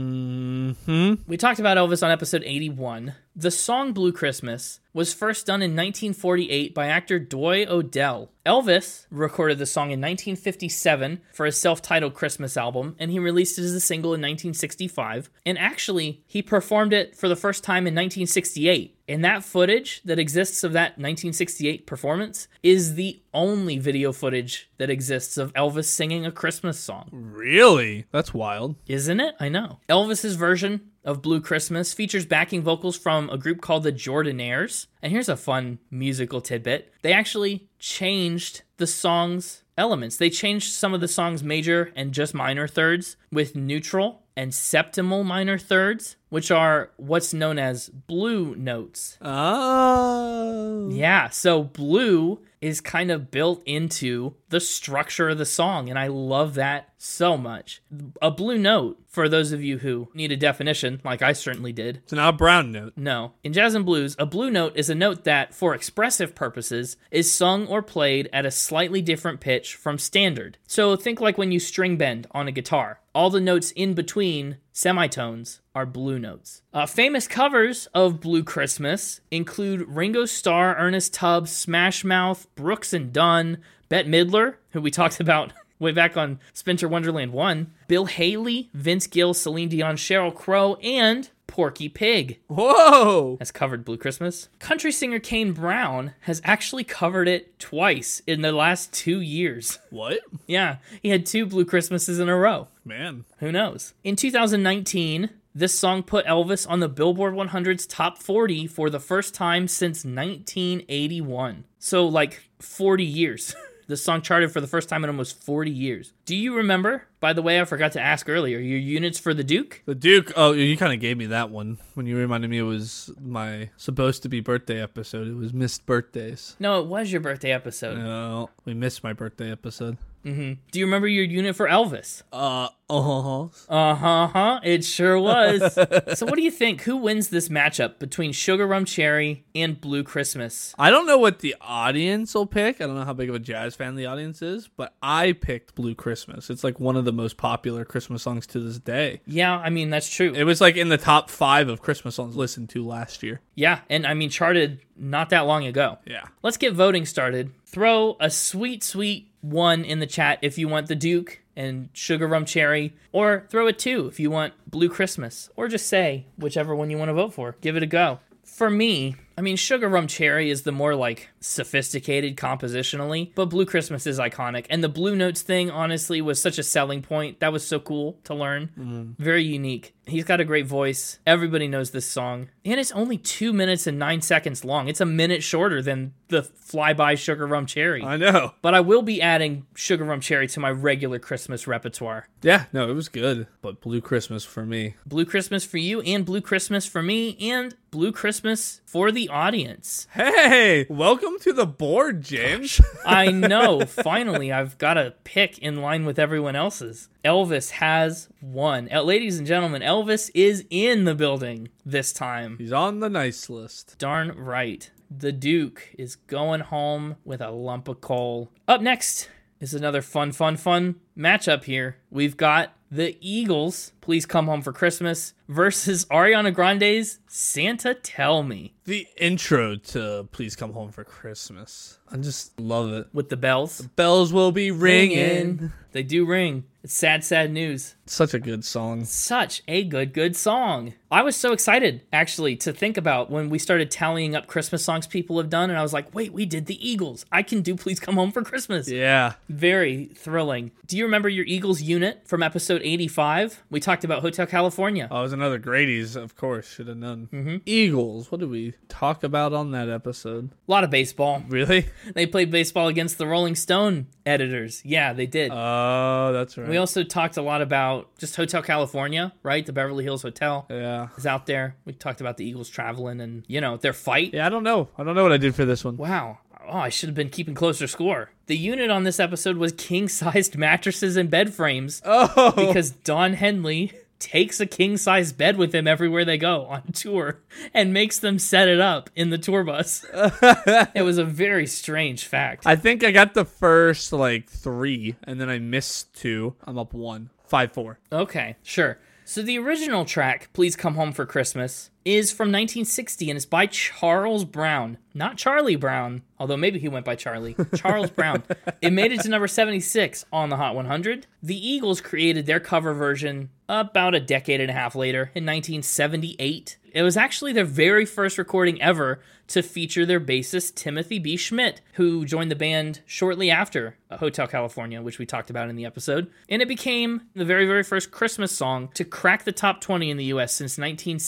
Speaker 1: We talked about Elvis on episode 81. The song Blue Christmas was first done in 1948 by actor Doy Odell. Elvis recorded the song in 1957 for his self titled Christmas album, and he released it as a single in 1965. And actually, he performed it for the first time in 1968. And that footage that exists of that 1968 performance is the only video footage that exists of Elvis singing a Christmas song.
Speaker 3: Really? That's wild.
Speaker 1: Isn't it? I know. Elvis's version of Blue Christmas features backing vocals from a group called the Jordanaires. And here's a fun musical tidbit. They actually changed the song's elements. They changed some of the song's major and just minor thirds with neutral and septimal minor thirds, which are what's known as blue notes.
Speaker 3: Oh.
Speaker 1: Yeah, so blue is kind of built into the structure of the song, and I love that so much. A blue note, for those of you who need a definition, like I certainly did.
Speaker 3: It's not a brown note.
Speaker 1: No. In jazz and blues, a blue note is a note that, for expressive purposes, is sung or played at a slightly different pitch from standard. So think like when you string bend on a guitar. All the notes in between semitones are blue notes. Uh, famous covers of Blue Christmas include Ringo Starr, Ernest Tubbs, Smash Mouth, Brooks and Dunn, Bette Midler, who we talked about way back on Spencer Wonderland 1, Bill Haley, Vince Gill, Celine Dion, Cheryl Crow, and Porky Pig
Speaker 3: Whoa.
Speaker 1: has covered Blue Christmas. Country singer Kane Brown has actually covered it twice in the last two years.
Speaker 3: What?
Speaker 1: Yeah, he had two Blue Christmases in a row.
Speaker 3: Man.
Speaker 1: Who knows? In 2019, this song put Elvis on the Billboard 100's top 40 for the first time since 1981. So, like 40 years. This song charted for the first time in almost 40 years. Do you remember, by the way, I forgot to ask earlier, your units for the Duke?
Speaker 3: The Duke. Oh, you kind of gave me that one when you reminded me it was my supposed to be birthday episode. It was missed birthdays.
Speaker 1: No, it was your birthday episode.
Speaker 3: No, we missed my birthday episode.
Speaker 1: Do you remember your unit for Elvis?
Speaker 3: Uh, uh huh.
Speaker 1: Uh huh, huh. It sure was. so, what do you think? Who wins this matchup between Sugar Rum Cherry and Blue Christmas?
Speaker 3: I don't know what the audience will pick. I don't know how big of a jazz fan the audience is, but I picked Blue Christmas. It's like one of the most popular Christmas songs to this day.
Speaker 1: Yeah, I mean, that's true.
Speaker 3: It was like in the top five of Christmas songs listened to last year.
Speaker 1: yeah, and I mean, charted not that long ago.
Speaker 3: Yeah.
Speaker 1: Let's get voting started. Throw a sweet, sweet one in the chat if you want the Duke and Sugar Rum Cherry, or throw a two if you want Blue Christmas, or just say whichever one you want to vote for. Give it a go. For me, I mean, Sugar Rum Cherry is the more like sophisticated compositionally, but Blue Christmas is iconic. And the Blue Notes thing, honestly, was such a selling point. That was so cool to learn. Very unique. He's got a great voice. Everybody knows this song. And it's only two minutes and nine seconds long. It's a minute shorter than the flyby Sugar Rum Cherry.
Speaker 3: I know.
Speaker 1: But I will be adding Sugar Rum Cherry to my regular Christmas repertoire.
Speaker 3: Yeah, no, it was good. But Blue Christmas for me.
Speaker 1: Blue Christmas for you, and Blue Christmas for me, and Blue Christmas for the audience.
Speaker 3: Hey, welcome to the board, James.
Speaker 1: I know, finally, I've got a pick in line with everyone else's. Elvis has won. Uh, Ladies and gentlemen, Elvis is in the building this time.
Speaker 3: He's on the nice list.
Speaker 1: Darn right. The Duke is going home with a lump of coal. Up next is another fun, fun, fun matchup here. We've got the Eagles, Please Come Home for Christmas, versus Ariana Grande's Santa Tell Me
Speaker 3: The intro to Please Come Home for Christmas. I just love it.
Speaker 1: with the bells.
Speaker 3: Bells will be ringing.
Speaker 1: They do ring. It's sad, sad news.
Speaker 3: Such a good song.
Speaker 1: such a good, good song. I was so excited actually to think about when we started tallying up Christmas songs people have done, and I was like, wait, we did the Eagles. I can do Please Come Home for Christmas.
Speaker 3: Yeah.
Speaker 1: Very thrilling. Do you remember your Eagles unit from episode 85? We talked about Hotel California.
Speaker 3: Oh, it was another Grady's, of course. Should have known. Eagles. What did we talk about on that episode?
Speaker 1: A lot of baseball.
Speaker 3: Really?
Speaker 1: They played baseball against the Rolling Stone editors. Yeah, they did.
Speaker 3: Oh, that's right.
Speaker 1: we also talked a lot about just Hotel California, right? The Beverly Hills Hotel
Speaker 3: yeah.
Speaker 1: is out there. We talked about the Eagles traveling and, you know, their fight.
Speaker 3: Yeah, I don't know. I don't know what I did for this one.
Speaker 1: Wow. Oh, I should have been keeping closer score. The unit on this episode was king sized mattresses and bed frames
Speaker 3: Oh,
Speaker 1: because Don Henley takes a king sized bed with him everywhere they go on tour and makes them set it up in the tour bus. it was a very strange fact.
Speaker 3: I think I got the first like three, and then I missed two. I'm up one, five, four.
Speaker 1: Okay, sure. So the original track, Please Come Home for Christmas, is from 1960 and it's by Charles Brown. Not Charlie Brown, although maybe he went by Charlie. Charles Brown. It made it to number 76 on the Hot 100. The Eagles created their cover version about a decade and a half later in 1978. It was actually their very first recording ever to feature their bassist Timothy B. Schmidt, who joined the band shortly after uh, Hotel California, which we talked about in the episode. And it became the very, very first Christmas song to crack the top 20 in the US since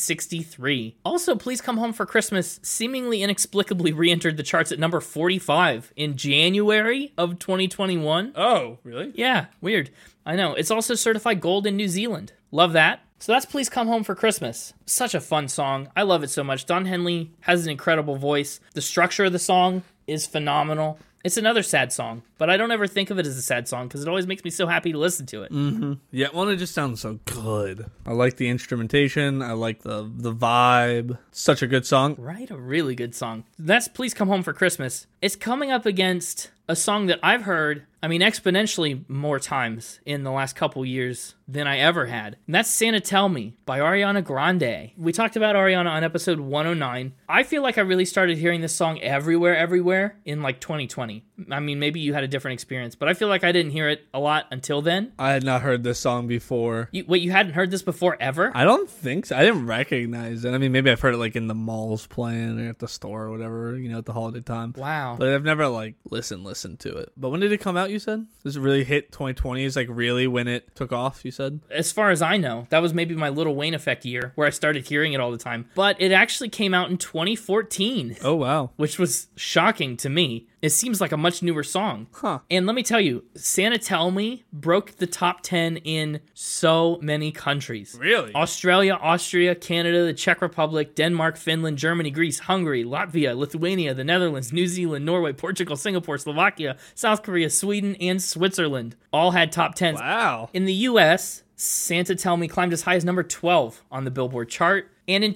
Speaker 1: 1963. Also, Please Come Home for Christmas seemingly inexplicably re entered the charts at number 45 in January of 2021.
Speaker 3: Oh, really?
Speaker 1: Yeah, weird. I know. It's also certified gold in New Zealand. Love that. So that's Please Come Home for Christmas. Such a fun song. I love it so much. Don Henley has an incredible voice. The structure of the song is phenomenal. It's another sad song, but I don't ever think of it as a sad song because it always makes me so happy to listen to it.
Speaker 3: Yeah, well, it just sounds so good. I like the instrumentation. I like the the vibe. Such a good song.
Speaker 1: Right? A really good song. That's Please Come Home for Christmas. It's coming up against a song that I've heard, I mean, exponentially more times in the last couple years than I ever had. And that's Santa Tell Me by Ariana Grande. We talked about Ariana on episode 109. I feel like I really started hearing this song everywhere, everywhere in like 2020. I mean, maybe you had a different experience, but I feel like I didn't hear it a lot until then.
Speaker 3: I had not heard this song before.
Speaker 1: You, wait, you hadn't heard this before ever?
Speaker 3: I don't think so. I didn't recognize it. I mean, maybe I've heard it like in the malls playing or at the store or whatever, you know, at the holiday time.
Speaker 1: wow.
Speaker 3: But I've never like listened listened to it. But when did it come out? You said this really hit 2020 is like really when it took off. You said
Speaker 1: as far as I know, that was maybe my little Wayne effect year where I started hearing it all the time. But it actually came out in 2014,
Speaker 3: oh wow,
Speaker 1: which was shocking to me. It seems like a much newer song.
Speaker 3: Huh.
Speaker 1: And let me tell you, Santa Tell Me broke the top 10 in so many countries.
Speaker 3: Really?
Speaker 1: Australia, Austria, Canada, the Czech Republic, Denmark, Finland, Germany, Greece, Hungary, Latvia, Lithuania, the Netherlands, New Zealand, Norway, Portugal, Singapore, Slovakia, South Korea, Sweden, and Switzerland all had top 10s.
Speaker 3: Wow.
Speaker 1: In the US, Santa Tell Me climbed as high as number 12 on the Billboard chart. And in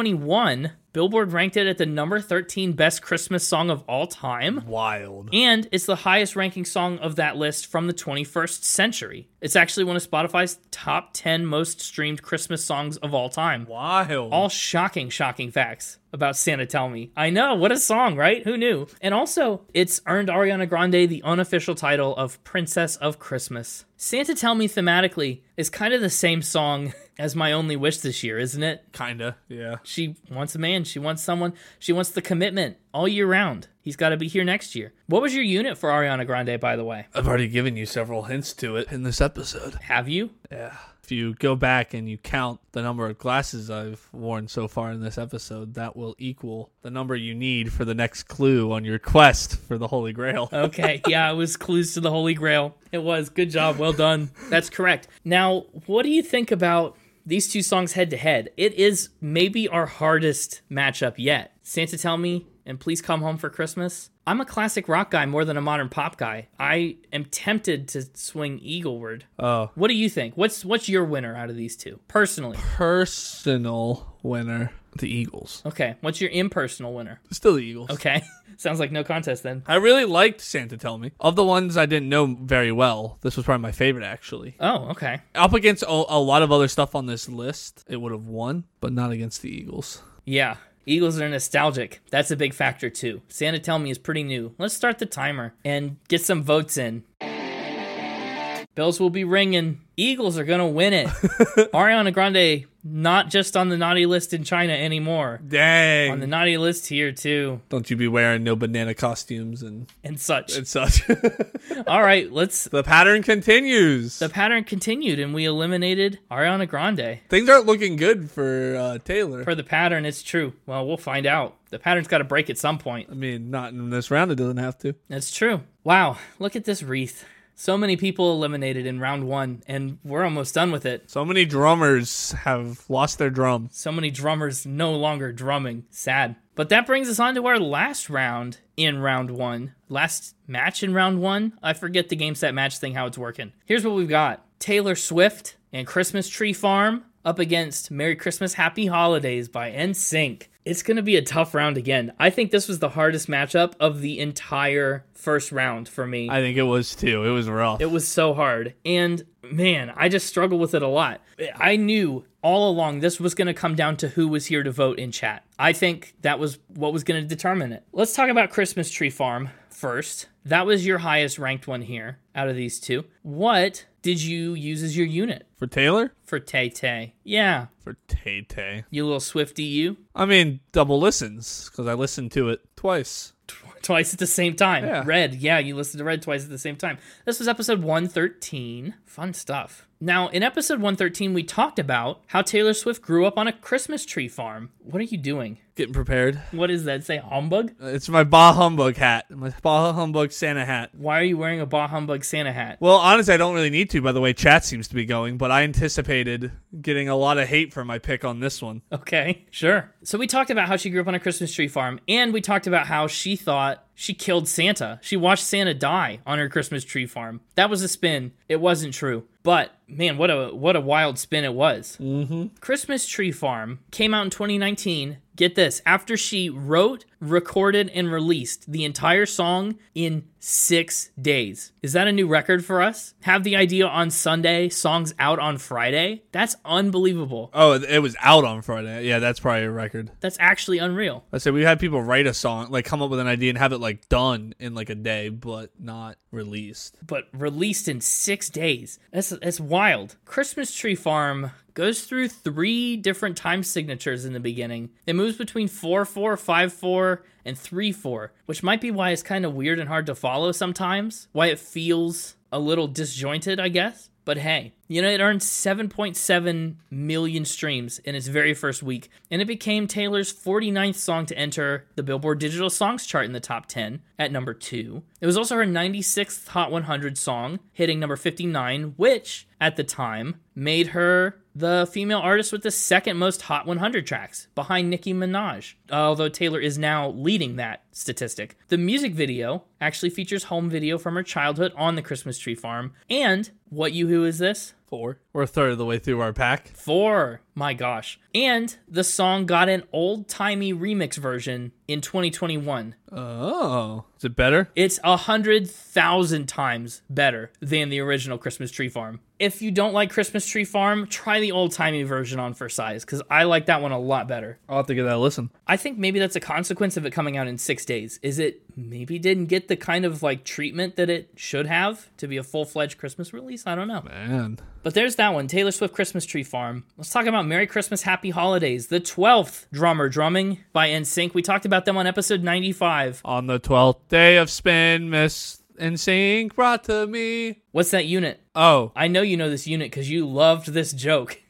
Speaker 1: 2021, Billboard ranked it at the number 13 best Christmas song of all time.
Speaker 3: Wild.
Speaker 1: And it's the highest ranking song of that list from the 21st century. It's actually one of Spotify's top 10 most streamed Christmas songs of all time.
Speaker 3: Wild.
Speaker 1: All shocking, shocking facts about Santa Tell Me. I know, what a song, right? Who knew? And also, it's earned Ariana Grande the unofficial title of Princess of Christmas. Santa Tell Me thematically is kind of the same song as My Only Wish this year, isn't it?
Speaker 3: Kinda. Yeah.
Speaker 1: She wants a man. She wants someone. She wants the commitment all year round. He's got to be here next year. What was your unit for Ariana Grande, by the way?
Speaker 3: I've already given you several hints to it in this episode.
Speaker 1: Have you?
Speaker 3: Yeah. If you go back and you count the number of glasses I've worn so far in this episode, that will equal the number you need for the next clue on your quest for the Holy Grail.
Speaker 1: Okay. Yeah, it was Clues to the Holy Grail. It was. Good job. Well done. That's correct. Now, what do you think about these two songs head to head? It is maybe our hardest matchup yet. Santa Tell Me and Please Come Home for Christmas. I'm a classic rock guy more than a modern pop guy. I am tempted to swing eagleward.
Speaker 3: Oh.
Speaker 1: What do you think? What's what's your winner out of these two? Personally.
Speaker 3: Personal winner, the Eagles.
Speaker 1: Okay. What's your impersonal winner?
Speaker 3: Still the Eagles.
Speaker 1: Okay. Sounds like no contest then.
Speaker 3: I really liked Santa Tell Me. Of the ones I didn't know very well, this was probably my favorite, actually.
Speaker 1: Oh, okay.
Speaker 3: Up against a, a lot of other stuff on this list, it would have won, but not against the Eagles.
Speaker 1: Yeah. Eagles are nostalgic. That's a big factor too. Santa Tell Me is pretty new. Let's start the timer and get some votes in. Bells will be ringing. Eagles are going to win it. Ariana Grande not just on the naughty list in China anymore.
Speaker 3: Dang.
Speaker 1: On the naughty list here too
Speaker 3: Don't you be wearing no banana costumes and,
Speaker 1: and such.
Speaker 3: and such.
Speaker 1: All right, let's
Speaker 3: the pattern continues.
Speaker 1: The pattern continued, and we eliminated Ariana Grande.
Speaker 3: Things aren't looking good for uh, Taylor.
Speaker 1: For the pattern, it's true. Well, we'll find out. The pattern's got to break at some point.
Speaker 3: I mean, not in this round. It doesn't have to.
Speaker 1: That's true. Wow, look at this wreath. So many people eliminated in round one, and we're almost done with it.
Speaker 3: So many drummers have lost their drums.
Speaker 1: So many drummers no longer drumming. Sad. But that brings us on to our last round in round one. Last match in round one. I forget the game set match thing, how it's working. Here's what we've got Taylor Swift and Christmas Tree Farm up against Merry Christmas, Happy Holidays by NSYNC. It's going to be a tough round again. I think this was the hardest matchup of the entire first round for me.
Speaker 3: I think it was too. It was rough.
Speaker 1: It was so hard. And man, I just struggle with it a lot. I knew all along this was going to come down to who was here to vote in chat. I think that was what was going to determine it. Let's talk about Christmas Tree Farm first. That was your highest ranked one here out of these two. What did you use as your unit
Speaker 3: for Taylor?
Speaker 1: for Tay Tay? Yeah,
Speaker 3: For Tay Tay.
Speaker 1: you little Swifty, you
Speaker 3: I mean, double listens because I listened to it twice.
Speaker 1: twice at the same time.
Speaker 3: Yeah.
Speaker 1: Red, yeah, you listened to Red twice at the same time. This was episode 113. Fun stuff. Now, in episode 113, we talked about how Taylor Swift grew up on a Christmas tree farm. What are you doing?
Speaker 3: Getting prepared.
Speaker 1: What does that say? Humbug?
Speaker 3: It's my Bah Humbug hat. My Bah Humbug Santa hat.
Speaker 1: Why are you wearing a Bah Humbug Santa hat?
Speaker 3: Well, honestly, I don't really need to. By the way, chat seems to be going, but I anticipated getting a lot of hate for my pick on this one.
Speaker 1: Okay, sure. So we talked about how she grew up on a Christmas tree farm, and we talked about how she thought she killed Santa. She watched Santa die on her Christmas tree farm. That was a spin. It wasn't true. But man, what a what a wild spin it was. Mm-hmm. Christmas Tree Farm came out in 2019. Get this: after she wrote, recorded, and released the entire song in six days. Is that a new record for us? Have the idea on Sunday, songs out on Friday. That's unbelievable.
Speaker 3: Oh, it was out on Friday. Yeah, that's probably a record.
Speaker 1: That's actually unreal.
Speaker 3: I said we had people write a song, like come up with an idea and have it like done in like a day, but not released.
Speaker 1: but released in six days. That's that's wild. Christmas Tree Farm goes through three different time signatures in the beginning. It moves between four four, five four, and three four, which might be why it's kind of weird and hard to follow sometimes. Why it feels a little disjointed, I guess. But hey, you know, it earned 7.7 million streams in its very first week, and it became Taylor's 49th song to enter the Billboard Digital Songs chart in the top 10 at number 2. It was also her 96th Hot 100 song, hitting number 59, which at the time made her the female artist with the second most Hot 100 tracks, behind Nicki Minaj, although Taylor is now leading that statistic. The music video actually features home video from her childhood on the Christmas tree farm. And what you who is this?
Speaker 3: Four. We're a third of the way through our pack.
Speaker 1: Four. My gosh. And the song got an old timey remix version in 2021.
Speaker 3: Oh. Is it better?
Speaker 1: It's a hundred thousand times better than the original Christmas Tree Farm. If you don't like Christmas Tree Farm, try the old timey version on for size, because I like that one a lot better.
Speaker 3: I'll have to give that a listen.
Speaker 1: I think maybe that's a consequence of it coming out in six days. Is it maybe didn't get the kind of like treatment that it should have to be a full fledged Christmas release? I don't know.
Speaker 3: Man.
Speaker 1: But there's that one, Taylor Swift Christmas Tree Farm. Let's talk about Merry Christmas, Happy Holidays, the 12th drummer drumming by NSYNC. We talked about them on episode 95.
Speaker 3: On the twelfth day of spin, Miss and Sink brought to me.
Speaker 1: What's that unit?
Speaker 3: Oh,
Speaker 1: I know you know this unit because you loved this joke.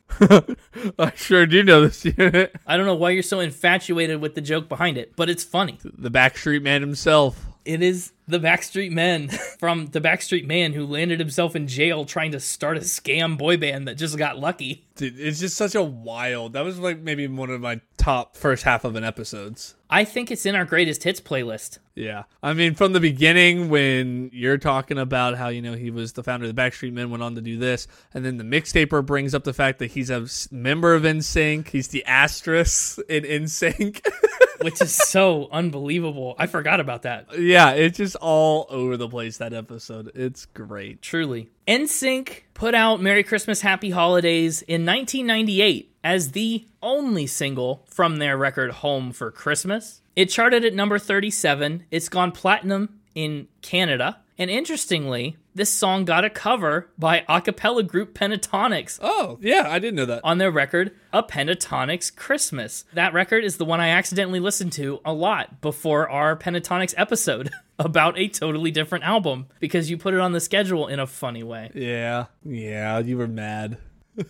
Speaker 3: I sure do know this unit.
Speaker 1: I don't know why you're so infatuated with the joke behind it, but it's funny.
Speaker 3: The Backstreet Man himself.
Speaker 1: It is the Backstreet Men from the Backstreet Man who landed himself in jail trying to start a scam boy band that just got lucky.
Speaker 3: Dude, it's just such a wild. That was like maybe one of my top first half of an episodes.
Speaker 1: I think it's in our greatest hits playlist.
Speaker 3: Yeah. I mean, from the beginning, when you're talking about how, you know, he was the founder of the Backstreet Men, went on to do this. And then the mixtaper brings up the fact that he's a s- member of NSYNC. He's the asterisk in NSYNC.
Speaker 1: Which is so unbelievable. I forgot about that.
Speaker 3: yeah, it's just all over the place, that episode. It's great.
Speaker 1: Truly. NSYNC put out Merry Christmas, Happy Holidays in 1998 as the only single from their record Home for Christmas. It charted at number 37. It's gone platinum in Canada. And interestingly, this song got a cover by a cappella group Pentatonics
Speaker 3: Oh, yeah, I didn't know that.
Speaker 1: on their record, A Pentatonics Christmas. That record is the one I accidentally listened to a lot before our Pentatonics episode about a totally different album because you put it on the schedule in a funny way.
Speaker 3: Yeah. Yeah, you were mad.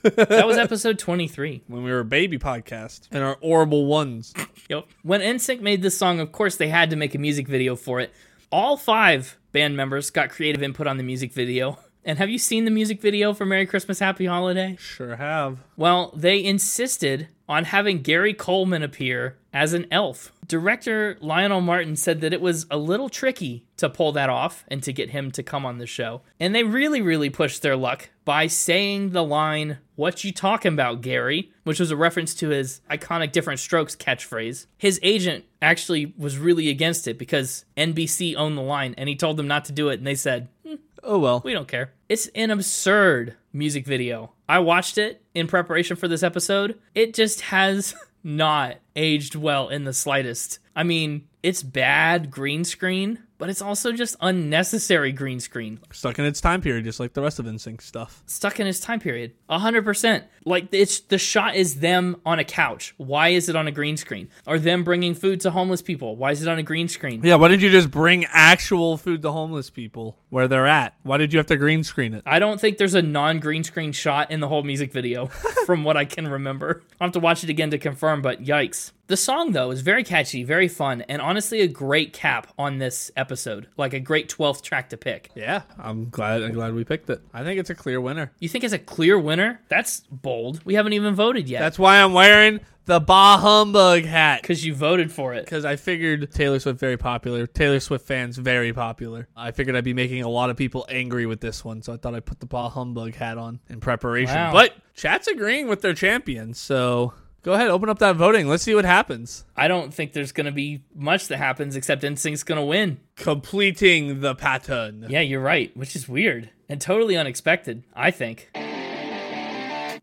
Speaker 1: That was episode 23.
Speaker 3: When we were a baby podcast and our horrible ones.
Speaker 1: Yep. When NSYNC made this song, of course, they had to make a music video for it. All five band members got creative input on the music video. And have you seen the music video for Merry Christmas, Happy Holiday?
Speaker 3: Sure have.
Speaker 1: Well, they insisted on having Gary Coleman appear as an elf. Director Lionel Martin said that it was a little tricky to pull that off and to get him to come on the show. And they really, really pushed their luck by saying the line, What you talking about, Gary? which was a reference to his iconic different strokes catchphrase. His agent actually was really against it because NBC owned the line and he told them not to do it. And they said,
Speaker 3: Oh, well.
Speaker 1: we don't care. It's an absurd music video. I watched it in preparation for this episode. It just has not aged well in the slightest. I mean, it's bad green screen, but it's also just unnecessary green screen.
Speaker 3: Stuck in its time period, just like the rest of NSYNC stuff.
Speaker 1: Stuck in its time period. 100%. Like it's the shot is them on a couch. Why is it on a green screen? Or them bringing food to homeless people. Why is it on a green screen?
Speaker 3: Yeah, why did you just bring actual food to homeless people where they're at? Why did you have to green screen it?
Speaker 1: I don't think there's a non green screen shot in the whole music video, from what I can remember. I'll have to watch it again to confirm, but yikes. The song, though, is very catchy, very fun, and honestly a great cap on this episode. Like a great 12th track to pick.
Speaker 3: Yeah, I'm glad. I'm glad we picked it. I think it's a clear winner.
Speaker 1: You think it's a clear winner? That's bold. We haven't even voted yet
Speaker 3: That's why I'm wearing the Bah Humbug hat
Speaker 1: because you voted for it.
Speaker 3: because I figured Taylor Swift very popular. Taylor Swift fans very popular. I figured I'd be making a lot of people angry with this one, so I thought I'd put the Bah Humbug hat on in preparation.
Speaker 1: Wow.
Speaker 3: But chat's agreeing with their champion, so go ahead, open up that voting. Let's see what happens.
Speaker 1: I don't think there's going to be much that happens except NSYNC's going to win.
Speaker 3: Completing the pattern.
Speaker 1: Yeah, you're right, which is weird and totally unexpected, I think.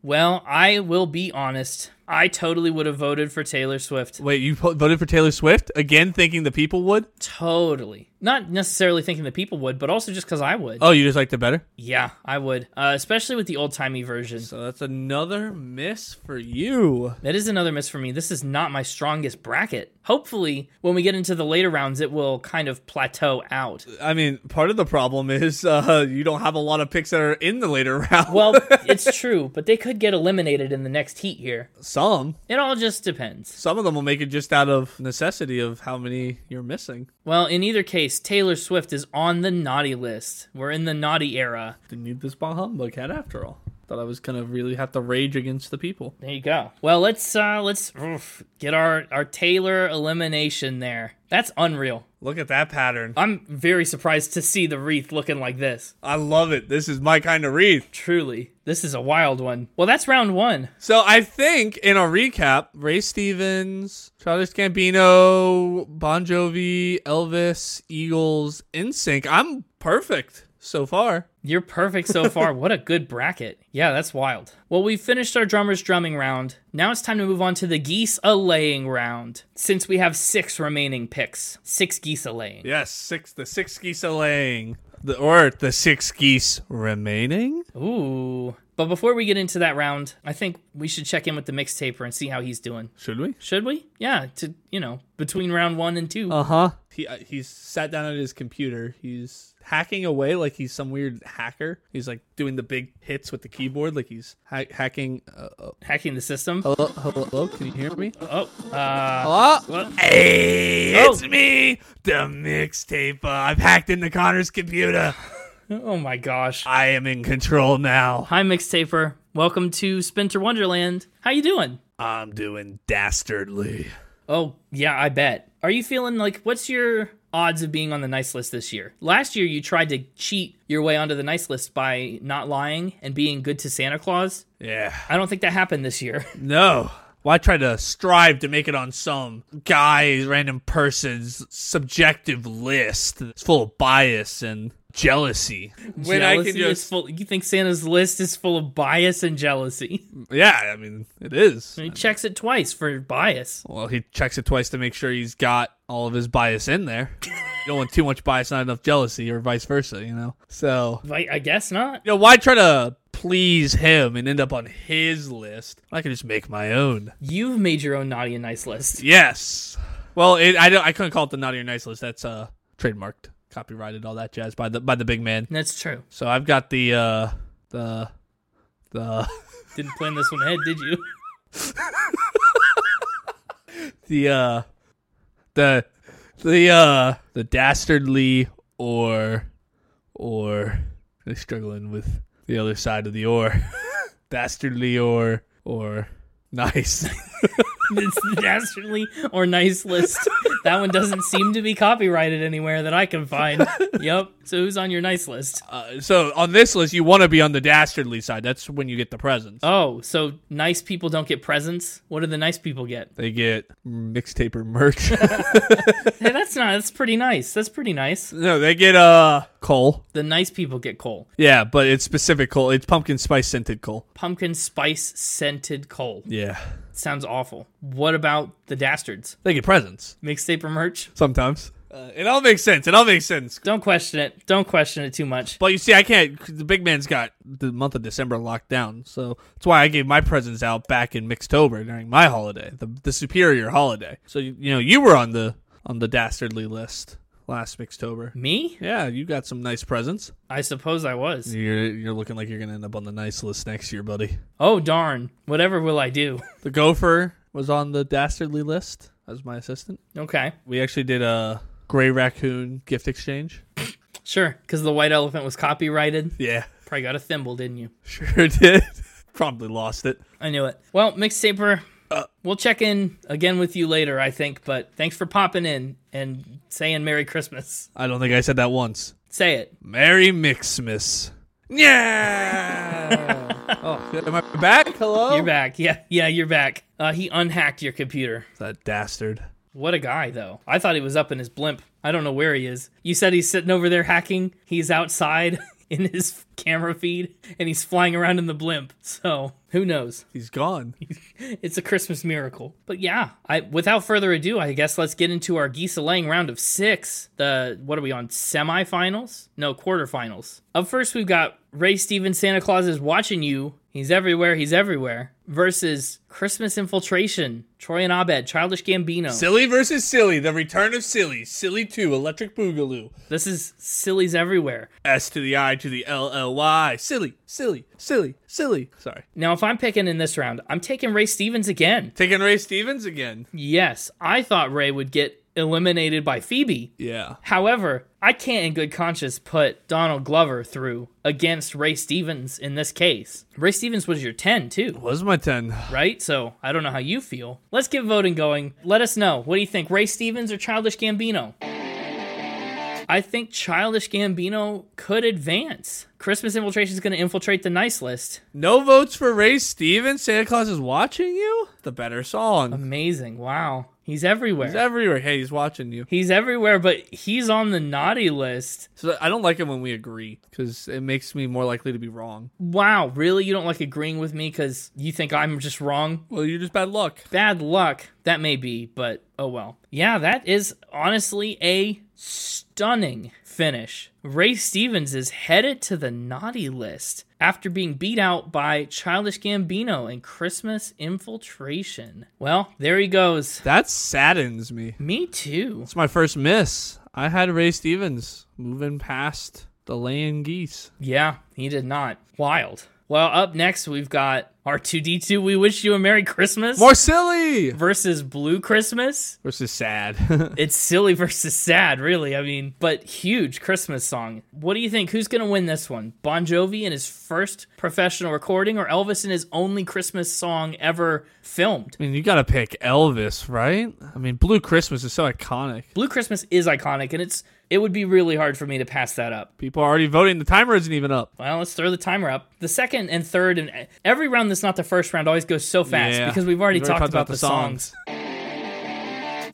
Speaker 1: Well, I will be honest. I totally would have voted for Taylor Swift.
Speaker 3: Wait, you po- voted for Taylor Swift again, thinking the people would?
Speaker 1: Totally. Not necessarily thinking the people would, but also just because I would.
Speaker 3: Oh, you just liked it better.
Speaker 1: Yeah, I would. Uh, especially with the old timey version.
Speaker 3: So that's another miss for you.
Speaker 1: That is another miss for me. This is not my strongest bracket. Hopefully, when we get into the later rounds, it will kind of plateau out.
Speaker 3: I mean, part of the problem is uh, you don't have a lot of picks that are in the later round.
Speaker 1: Well, it's true, but they could get eliminated in the next heat here.
Speaker 3: some,
Speaker 1: It all just depends.
Speaker 3: some of them will make it just out of necessity of how many you're missing.
Speaker 1: Well, in either case, Taylor Swift is on the naughty list. We're in the naughty era.
Speaker 3: Didn't need this bah humbug hat after all. Thought I was gonna really have to rage against the people.
Speaker 1: There you go. Well, let's uh let's oof, get our our Taylor elimination there. That's unreal.
Speaker 3: Look at that pattern.
Speaker 1: I'm very surprised to see the wreath looking like this.
Speaker 3: I love it. This is my kind of wreath.
Speaker 1: Truly, this is a wild one. Well, that's round one.
Speaker 3: So I think in our recap, Ray Stevens, Childish Gambino, Bon Jovi, Elvis, Eagles, NSYNC. I'm perfect so far.
Speaker 1: You're perfect so far. what a good bracket. Yeah, that's wild. Well, we finished our drummer's drumming round. Now it's time to move on to the geese a laying round. Since we have six remaining picks, six geese a laying.
Speaker 3: Yes, six. The six geese are laying. The, or the six geese remaining.
Speaker 1: Ooh. But before we get into that round, I think we should check in with the mixtaper and see how he's doing.
Speaker 3: Should we?
Speaker 1: Should we? Yeah, to, you know, between round one and two.
Speaker 3: Uh huh. He uh, he's sat down at his computer. He's hacking away like he's some weird hacker. He's like doing the big hits with the keyboard, like he's ha- hacking. Uh, uh,
Speaker 1: Hacking the system.
Speaker 3: hello, hello, hello. Can you hear me?
Speaker 1: Oh, uh,
Speaker 3: Hello.
Speaker 1: What?
Speaker 3: Hey,
Speaker 1: Oh.
Speaker 3: it's me, the mixtape. Uh, I've hacked into Connor's computer.
Speaker 1: oh my gosh.
Speaker 3: I am in control now.
Speaker 1: Hi, mixtaper. Welcome to Spinter Wonderland. How you doing?
Speaker 3: I'm doing dastardly.
Speaker 1: Oh, yeah, I bet. Are you feeling like what's your odds of being on the nice list this year? Last year you tried to cheat your way onto the nice list by not lying and being good to Santa Claus.
Speaker 3: Yeah.
Speaker 1: I don't think that happened this year.
Speaker 3: No. Well, I try to strive to make it on some guy's, random person's subjective list that's full of bias and jealousy. When
Speaker 1: Jealousy is full you think Santa's list is full of bias and jealousy.
Speaker 3: yeah, I mean, it is.
Speaker 1: He checks it twice for bias.
Speaker 3: Well, he checks it twice to make sure he's got all of his bias in there. you don't want too much bias, not enough jealousy, or vice versa, you know? So,
Speaker 1: I, I guess not.
Speaker 3: you know, why try to please him and end up on his list? I can just make my own.
Speaker 1: You've made your own naughty and nice list.
Speaker 3: Yes. Well, it, I don't. I couldn't call it the naughty or nice list. That's uh trademarked, copyrighted, all that jazz by the by the big man.
Speaker 1: That's true.
Speaker 3: So I've got the uh the the
Speaker 1: Didn't plan this one ahead, did you?
Speaker 3: the uh the the uh the dastardly or or I'm struggling with the other side of the or dastardly or or nice.
Speaker 1: it's the dastardly or nice list. That one doesn't seem to be copyrighted anywhere that I can find. Yep. So who's on your nice list?
Speaker 3: Uh, so on this list, you want to be on the dastardly side. That's when you get the presents.
Speaker 1: Oh, so nice people don't get presents. What do the nice people get?
Speaker 3: They get mixtaper merch.
Speaker 1: Hey, that's not. That's pretty nice. That's pretty nice.
Speaker 3: no, they get uh coal.
Speaker 1: The nice people get coal,
Speaker 3: Yeah, but it's specific coal. It's pumpkin spice scented coal.
Speaker 1: pumpkin spice scented coal.
Speaker 3: Yeah.
Speaker 1: Sounds awful. What about the dastards?
Speaker 3: They get presents
Speaker 1: Mixtape or merch?
Speaker 3: sometimes. Uh, it all makes sense. It all makes sense.
Speaker 1: Don't question it. Don't question it too much.
Speaker 3: But you see, I can't. The big man's got the month of December locked down, so that's why I gave my presents out back in Mixtober during my holiday, the the superior holiday. So you, you know you were on the on the dastardly list last Mixtober.
Speaker 1: Me?
Speaker 3: Yeah, you got some nice presents.
Speaker 1: I suppose I was.
Speaker 3: You're you're looking like you're gonna end up on the nice list next year, buddy.
Speaker 1: Oh darn. Whatever will I do?
Speaker 3: The gopher was on the dastardly list as my assistant.
Speaker 1: okay.
Speaker 3: We actually did a gray raccoon gift exchange.
Speaker 1: Sure, because the white elephant was copyrighted.
Speaker 3: Yeah,
Speaker 1: Probably got a thimble, didn't you?
Speaker 3: sure did. Probably lost it.
Speaker 1: I knew it. Well, mixtaper, we'll check in again with you later, I think. But thanks for popping in and saying Merry Christmas.
Speaker 3: I don't think I said that once.
Speaker 1: Say it.
Speaker 3: Merry Mixmas. Yeah. oh, am I back? Hello.
Speaker 1: You're back. Yeah, yeah, you're back. Uh, he unhacked your computer.
Speaker 3: That dastard.
Speaker 1: What a guy, though. I thought he was up in his blimp. I don't know where he is. You said he's sitting over there hacking. He's outside in his camera feed and he's flying around in the blimp. So who knows?
Speaker 3: He's gone.
Speaker 1: It's a Christmas miracle. But yeah, I without further ado, I guess let's get into our geese laying round of six. The what are we on? Semifinals? No, quarterfinals. Up first we've got Ray Stevens, Santa Claus is watching you. He's everywhere, he's everywhere. Versus Christmas Infiltration, Troy and Abed, Childish Gambino.
Speaker 3: Silly versus silly. The return of silly. Silly two. Electric Boogaloo.
Speaker 1: this is Sillies Everywhere.
Speaker 3: S to the I to the L L Y. Silly. Silly. Silly. Silly. Sorry.
Speaker 1: Now, if I'm picking in this round, I'm taking Ray Stevens again.
Speaker 3: Taking Ray Stevens again.
Speaker 1: Yes, I thought Ray would get eliminated by Phoebe.
Speaker 3: Yeah.
Speaker 1: However, I can't in good conscience put Donald Glover through against Ray Stevens in this case. Ray Stevens was your 10 too,
Speaker 3: Was my ten.
Speaker 1: right? So I don't know how you feel. Let's get voting going. Let us know. What do you think, Ray Stevens or Childish Gambino? I think Childish Gambino could advance. Christmas Infiltration is going to infiltrate the nice list.
Speaker 3: No votes for Ray Stevens. Santa Claus is watching you. The better song.
Speaker 1: Amazing. Wow. He's everywhere.
Speaker 3: He's everywhere. Hey, he's watching you.
Speaker 1: He's everywhere, but he's on the naughty list.
Speaker 3: So I don't like it when we agree because it makes me more likely to be wrong.
Speaker 1: Wow, really? You don't like agreeing with me because you think I'm just wrong?
Speaker 3: Well, you're just bad luck.
Speaker 1: Bad luck. That may be, but oh well. Yeah, that is honestly a stunning finish. Ray Stevens is headed to the naughty list after being beat out by Childish Gambino and Christmas Infiltration. Well, there he goes.
Speaker 3: That saddens me.
Speaker 1: Me too.
Speaker 3: It's my first miss. I had Ray Stevens moving past the laying geese.
Speaker 1: Yeah, he did not. Wild. Well, up next we've got R2D2. We wish you a Merry Christmas
Speaker 3: More silly
Speaker 1: versus Blue Christmas.
Speaker 3: versus sad.
Speaker 1: It's silly versus sad, really. I mean, but huge Christmas song. What do you think? Who's going to win this one? Bon Jovi in his first professional recording or Elvis in his only Christmas song ever filmed?
Speaker 3: I mean, you gotta pick Elvis, right? I mean, Blue Christmas is so iconic.
Speaker 1: Blue Christmas is iconic and it's it would be really hard for me to pass that up.
Speaker 3: People are already voting. The timer isn't even up.
Speaker 1: Well, let's throw the timer up. The second and third and every round that's not the first round always goes so fast
Speaker 3: Yeah.
Speaker 1: because we've already, talked, about, the songs.
Speaker 3: songs.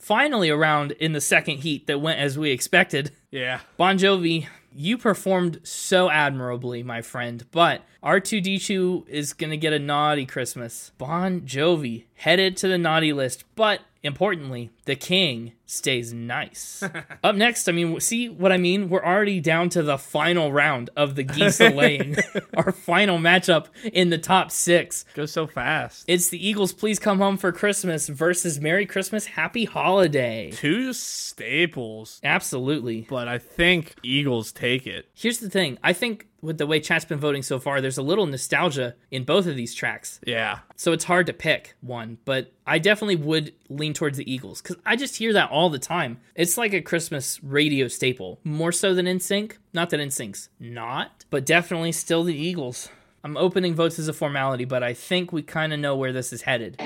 Speaker 1: Finally, a round in the second heat that went as we expected.
Speaker 3: Yeah.
Speaker 1: Bon Jovi, you performed so admirably, my friend, but R2D2 is going to get a naughty Christmas. Bon Jovi headed to the naughty list, but importantly, the king stays nice. Up next, I mean, see what I mean? We're already down to the final round of the geese laying, our final matchup in the top six.
Speaker 3: Goes so fast.
Speaker 1: It's the Eagles, please come home for Christmas versus Merry Christmas, Happy Holiday.
Speaker 3: Two staples,
Speaker 1: Absolutely.
Speaker 3: but I think Eagles take it.
Speaker 1: Here's the thing. I think with the way chat's been voting so far, there's a little nostalgia in both of these tracks.
Speaker 3: Yeah.
Speaker 1: So it's hard to pick one, but I definitely would lean towards the Eagles because I just hear that all the time. It's like a Christmas radio staple, more so than NSYNC. Not that NSYNC's not, but definitely still the Eagles. I'm opening votes as a formality, but I think we kind of know where this is headed.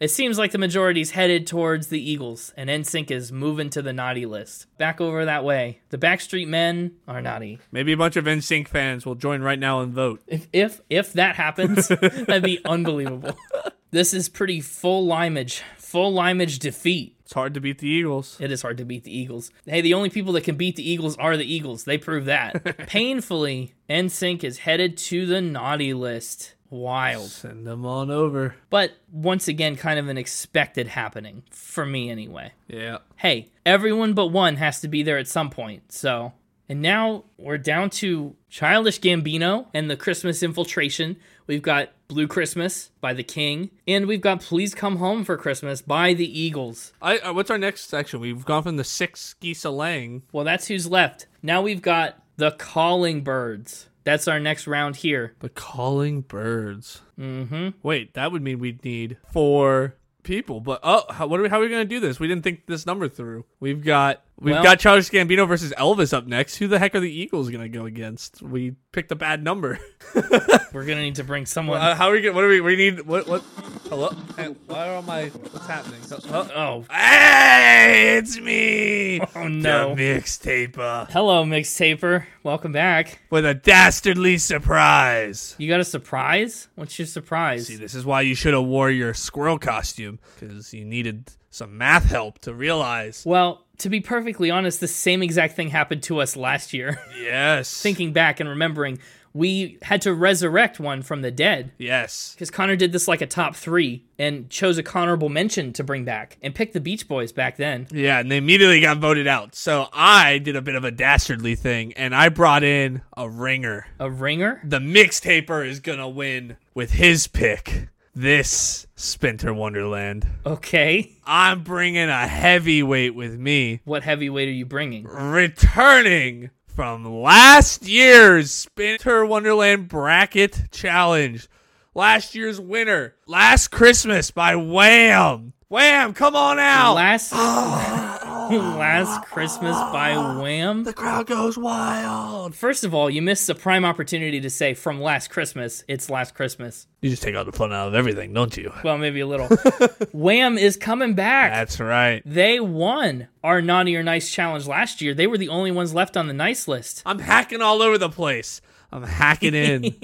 Speaker 1: It seems like the majority's headed towards the Eagles, and NSYNC is moving to the naughty list. Back over that way. The Backstreet Men are naughty.
Speaker 3: Maybe a bunch of NSYNC fans will join right now and vote.
Speaker 1: If if if that happens, that'd be unbelievable. This is pretty full limeage, full limeage defeat.
Speaker 3: It's hard to beat the Eagles.
Speaker 1: It is hard to beat the Eagles. Hey, the only people that can beat the Eagles are the Eagles. They prove that. Painfully, NSYNC is headed to the naughty list. Wild.
Speaker 3: Send them on over.
Speaker 1: But once again, kind of an expected happening, for me anyway
Speaker 3: Yeah.
Speaker 1: hey, everyone but one has to be there at some point. So, and now we're down to Childish Gambino and the Christmas Infiltration. We've got Blue Christmas by The King, and we've got Please Come Home for Christmas by The Eagles.
Speaker 3: I, uh, what's our next section? We've gone from the six geese a laying.
Speaker 1: Well, that's who's left. Now we've got The Calling Birds. That's our next round here.
Speaker 3: The calling birds. Mm-hmm. Wait, that would mean we'd need four people. But oh, how, what are we? How are we going to do this? We didn't think this number through. We've got we've
Speaker 1: Well-
Speaker 3: got Charles Gambino versus Elvis up next. Who the heck are the Eagles going to go against? We picked a bad number.
Speaker 1: We're going to need to bring someone.
Speaker 3: Uh, how are we? Gonna, what do we? We need what? What? Hello? Hey, why are all my? What's happening? Oh, oh.
Speaker 1: oh,
Speaker 3: Hey, it's me.
Speaker 1: Oh, no.
Speaker 3: The mixtaper
Speaker 1: hello, Mixtaper. Welcome back.
Speaker 3: with a dastardly surprise.
Speaker 1: You got a surprise? What's your surprise?
Speaker 3: See, this is why you should have wore your squirrel costume because you needed some math help to realize.
Speaker 1: Well, to be perfectly honest, the same exact thing happened to us last year.
Speaker 3: Yes.
Speaker 1: Thinking back and remembering, we had to resurrect one from the dead.
Speaker 3: yes.
Speaker 1: Because Connor did this like a top three and chose a honorable mention to bring back and picked the Beach Boys back then.
Speaker 3: Yeah, and they immediately got voted out. So I did a bit of a dastardly thing, and I brought in a ringer.
Speaker 1: A ringer?
Speaker 3: The mixtaper is gonna win with his pick. This Spinter Wonderland.
Speaker 1: Okay.
Speaker 3: I'm bringing a heavyweight with me,
Speaker 1: What heavyweight are you bringing?
Speaker 3: returning from last year's Spinter Wonderland Bracket Challenge. Last year's winner, Last Christmas by Wham! Wham, come on out!
Speaker 1: Last Last Christmas by Wham.
Speaker 3: the crowd goes wild.
Speaker 1: First of all, you missed a prime opportunity to say from last Christmas, it's last Christmas.
Speaker 3: You just take all the fun out of everything, don't you?
Speaker 1: Well, maybe a little. Wham is coming back.
Speaker 3: That's right.
Speaker 1: They won our naughty or nice challenge last year. They were the only ones left on the nice list.
Speaker 3: I'm hacking all over the place. I'm hacking in.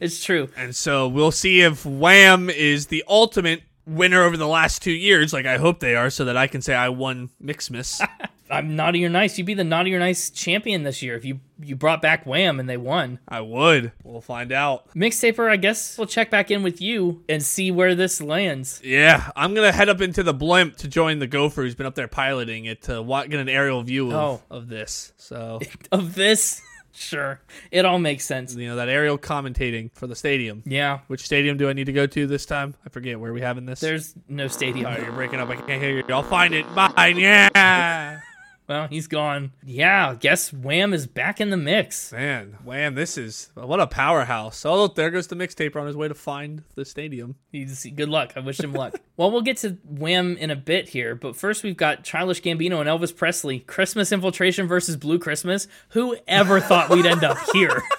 Speaker 1: It's true.
Speaker 3: and so we'll see if Wham is the ultimate winner over the last two years. Like I hope they are, so that I can say I won Mixmas.
Speaker 1: I'm naughty or nice. You'd be the naughty or nice champion this year if you you brought back Wham and they won.
Speaker 3: I would. We'll find out.
Speaker 1: Mixtaper, I guess we'll check back in with you and see where this lands.
Speaker 3: Yeah, I'm gonna head up into the blimp to join the gopher who's been up there piloting it to wa- get an aerial view of, of this. So
Speaker 1: Of this, sure, it all makes sense.
Speaker 3: you know that aerial commentating for the stadium.
Speaker 1: Yeah,
Speaker 3: Which stadium do I need to go to this time? I forget where are we having this.
Speaker 1: there's no stadium.
Speaker 3: All right, you're breaking up. I can't hear you. I'll find it. Bye. Yeah.
Speaker 1: Well, he's gone. Yeah, I guess Wham is back in the mix.
Speaker 3: Man, wham, this is what a powerhouse. Oh, look, there goes the mixtaper on his way to find the stadium.
Speaker 1: He's, good luck. I wish him luck. Well, we'll get to Wham in a bit here, but first we've got Childish Gambino and Elvis Presley. Christmas Infiltration versus Blue Christmas. Who ever thought we'd end up here?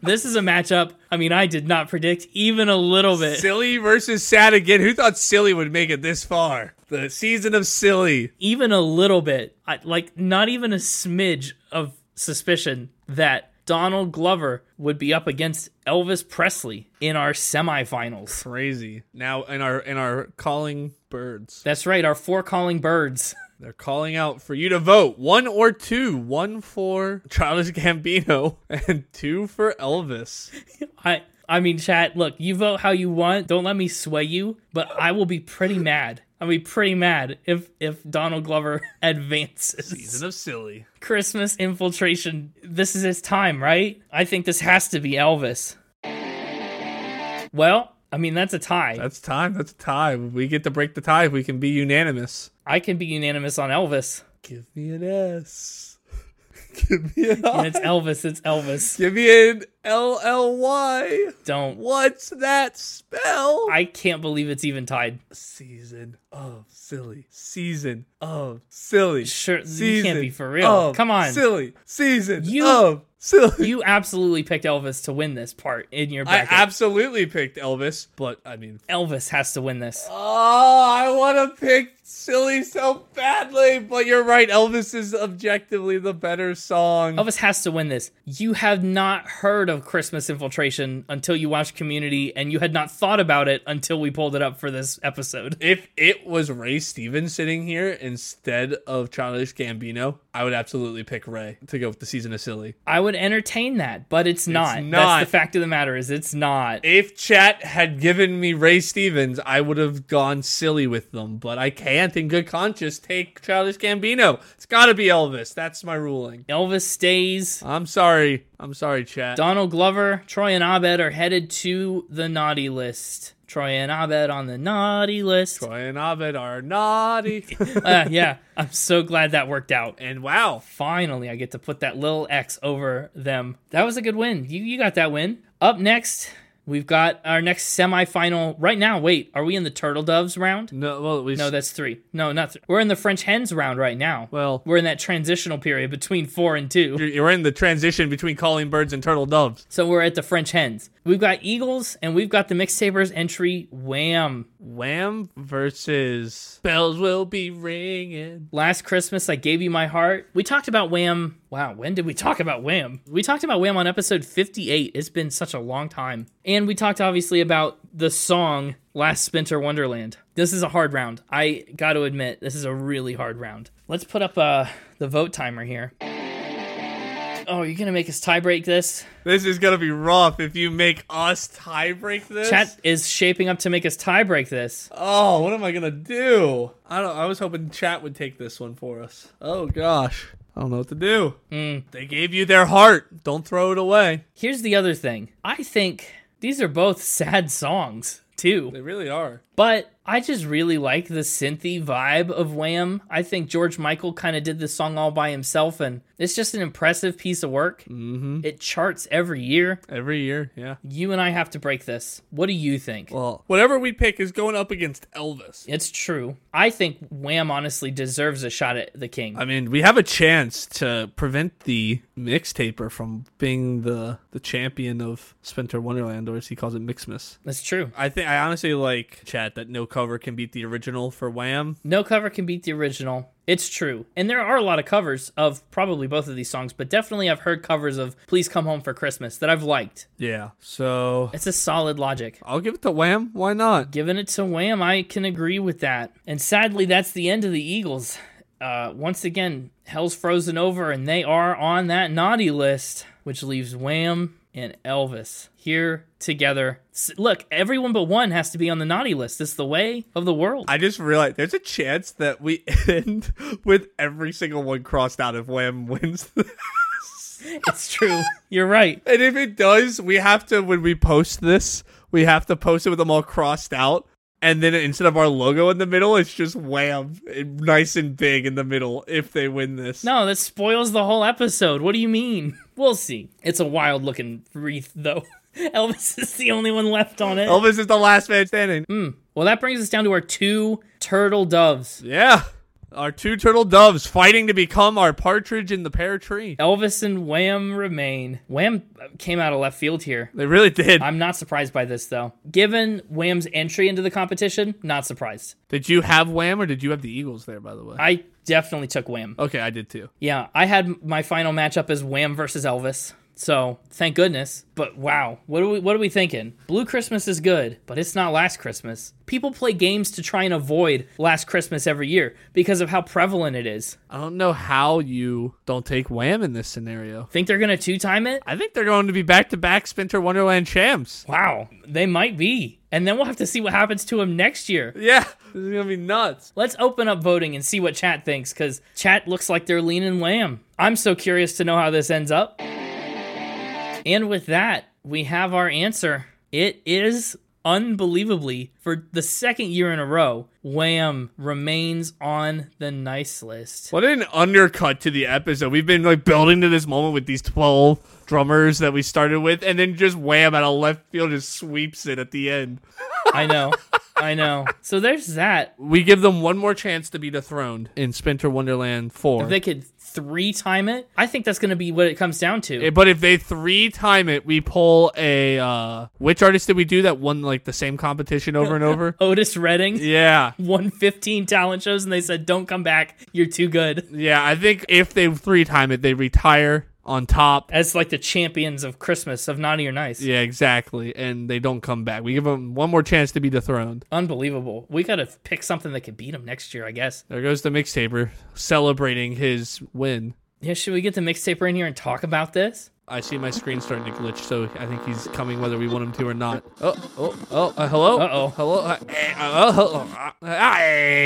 Speaker 1: This is a matchup. I mean, I did not predict even a little bit.
Speaker 3: Silly versus sad again. Who thought Silly would make it this far? The season of Silly.
Speaker 1: even a little bit, I, like not even a smidge of suspicion that Donald Glover would be up against Elvis Presley in our semifinals.
Speaker 3: Crazy. Now in our in our calling birds.
Speaker 1: That's right, our four calling birds.
Speaker 3: They're calling out for you to vote. One or two. One for Childish Gambino and two for Elvis.
Speaker 1: I I mean, chat, look, you vote how you want. Don't let me sway you, but I will be pretty mad. I'll be pretty mad if if Donald Glover advances.
Speaker 3: Season of Silly.
Speaker 1: Christmas infiltration. This is his time, right? I think this has to be Elvis. Well, I mean, that's a tie.
Speaker 3: That's time. That's a tie. We get to break the tie if we can be unanimous.
Speaker 1: I can be unanimous on Elvis.
Speaker 3: Give me an S. Give me an
Speaker 1: And it's Elvis, it's Elvis.
Speaker 3: Give me an L L Y.
Speaker 1: Don't.
Speaker 3: What's that spell?
Speaker 1: I can't believe it's even tied.
Speaker 3: Season of silly. Season of silly.
Speaker 1: Sure, you
Speaker 3: Season
Speaker 1: can't be for real.
Speaker 3: of
Speaker 1: Come on.
Speaker 3: Silly. Season
Speaker 1: You-
Speaker 3: of silly.
Speaker 1: You absolutely picked Elvis to win this part in your
Speaker 3: I
Speaker 1: bracket.
Speaker 3: absolutely picked Elvis, but I mean,
Speaker 1: Elvis has to win this.
Speaker 3: oh, I want to pick silly so badly. But you're right, Elvis is objectively the better song.
Speaker 1: Elvis has to win this. You have not heard of Christmas infiltration until you watched Community, and you had not thought about it until we pulled it up for this episode.
Speaker 3: If it was Ray Stevens sitting here instead of Childish Gambino, I would absolutely pick Ray to go with the season of silly.
Speaker 1: I would entertain that, but it's not.
Speaker 3: not.
Speaker 1: That's the fact of the matter is it's not.
Speaker 3: If chat had given me Ray Stevens, I would have gone silly with them, but I can't in good conscience take Childish Gambino. It's got to be Elvis. That's my ruling.
Speaker 1: Elvis stays.
Speaker 3: I'm sorry. I'm sorry, chat.
Speaker 1: Donald Glover, Troy and Abed are headed to the naughty list. Troy and Abed on the naughty list.
Speaker 3: Troy and Abed are naughty.
Speaker 1: Uh, yeah, I'm so glad that worked out.
Speaker 3: and wow.
Speaker 1: Finally, I get to put that little X over them. That was a good win. You, you got that win. Up next, we've got our next semifinal. Right now, wait, are we in the Turtle Doves round?
Speaker 3: No, well, we
Speaker 1: No, that's three. No, not three. We're in the French Hens round right now.
Speaker 3: Well-
Speaker 1: we're in that transitional period between four and two.
Speaker 3: you're, you're in the transition between calling birds and turtle doves.
Speaker 1: So we're at the French hens. We've got Eagles and we've got the Mixtapers entry Wham.
Speaker 3: Wham versus bells will be ringing.
Speaker 1: Last Christmas, I gave you my heart. We talked about Wham. Wow, when did we talk about Wham? We talked about Wham on episode 58. It's been such a long time. And we talked obviously about the song Last Spinter Wonderland. This is a hard round. I got to admit, this is a really hard round. Let's put up uh, the vote timer here. Oh, you're gonna make us tie break this?
Speaker 3: This is gonna be rough if you make us tie break this.
Speaker 1: Chat is shaping up to make us tie break this.
Speaker 3: Oh, what am I gonna do? I don't. I was hoping chat would take this one for us. Oh gosh, I don't know what to do.
Speaker 1: Hmm.
Speaker 3: They gave you their heart. Don't throw it away.
Speaker 1: Here's the other thing. I think these are both sad songs too,
Speaker 3: They really are.
Speaker 1: but I just really like the synthy vibe of Wham. I think George Michael kind of did this song all by himself, and it's just an impressive piece of work. Mm-hmm. It charts every year.
Speaker 3: Every year, yeah.
Speaker 1: You and I have to break this. What do you think?
Speaker 3: Well, whatever we pick is going up against Elvis.
Speaker 1: It's true. I think Wham honestly deserves a shot at the king.
Speaker 3: I mean, we have a chance to prevent the mixtaper from being the the champion of Spinter Wonderland, or as he calls it, Mixmas.
Speaker 1: That's true.
Speaker 3: I think I honestly like chat that no cover can beat the original for Wham.
Speaker 1: No cover can beat the original. It's true. And there are a lot of covers of probably both of these songs, but definitely I've heard covers of Please Come Home for Christmas that I've liked.
Speaker 3: Yeah. So
Speaker 1: It's a solid logic.
Speaker 3: I'll give it to Wham. Why not?
Speaker 1: Giving it to Wham, I can agree with that. And sadly, that's the end of the Eagles. Uh, once again, hell's frozen over, and they are on that naughty list, which leaves Wham and Elvis here together. S- Look, everyone but one has to be on the naughty list. It's the way of the world.
Speaker 3: I just realized there's a chance that we end with every single one crossed out if Wham wins.
Speaker 1: it's true. You're right.
Speaker 3: and if it does, we have to when we post this, we have to post it with them all crossed out. And then instead of our logo in the middle, it's just wham, nice and big in the middle. If they win this,
Speaker 1: No, that spoils the whole episode. What do you mean? We'll see. It's a wild looking wreath, though. Elvis is the only one left on it.
Speaker 3: Elvis is the last man standing.
Speaker 1: Mm. Well, that brings us down to our two turtle doves
Speaker 3: Yeah, our two turtle doves fighting to become our partridge in the pear tree.
Speaker 1: Elvis and Wham remain. Wham came out of left field here.
Speaker 3: They really did.
Speaker 1: I'm not surprised by this, though. Given Wham's entry into the competition, not surprised.
Speaker 3: Did you have Wham or did you have the Eagles there, by the way?
Speaker 1: I definitely took Wham.
Speaker 3: okay, I did too.
Speaker 1: Yeah, I had my final matchup as Wham versus Elvis. So thank goodness. But wow, what are we what are we thinking? Blue Christmas is good, but it's not last Christmas. People play games to try and avoid last Christmas every year because of how prevalent it is.
Speaker 3: I don't know how you don't take Wham in this scenario.
Speaker 1: Think they're gonna two time it?
Speaker 3: I think they're going to be back to back Spinter Wonderland champs.
Speaker 1: Wow, they might be. And then we'll have to see what happens to him next year.
Speaker 3: Yeah, this is gonna be nuts.
Speaker 1: Let's open up voting and see what chat thinks, because chat looks like they're leaning Wham. I'm so curious to know how this ends up. And with that, we have our answer. It is unbelievably, for the second year in a row, Wham remains on the nice list.
Speaker 3: What an undercut to the episode. We've been like building to this moment with these twelve drummers that we started with, and then just Wham out of left field just sweeps it at the end.
Speaker 1: I know. I know. So there's that.
Speaker 3: We give them one more chance to be dethroned in Spinter Wonderland Four.
Speaker 1: If they could three time it, I think that's going to be what it comes down to.
Speaker 3: Eh, But if they three time it, we pull a uh which artist did we do that won like the same competition over and over?
Speaker 1: Otis Redding.
Speaker 3: Yeah.
Speaker 1: won 15 talent shows and they said, don't come back. You're too good.
Speaker 3: Yeah, I think if they three time it, they retire on top.
Speaker 1: As like the champions of Christmas, of Naughty or Nice.
Speaker 3: Yeah, exactly. And they don't come back. We give them one more chance to be dethroned.
Speaker 1: Unbelievable. We got to pick something that could beat them next year, I guess.
Speaker 3: There goes the mixtaper celebrating his win.
Speaker 1: Yeah, should we get the mixtaper in here and talk about this?
Speaker 3: I see my screen starting to glitch, so I think he's coming whether we want him to or not. Oh, oh, oh, uh, hello?
Speaker 1: Uh-oh.
Speaker 3: Hello? Uh, eh, uh, oh, hello. Uh,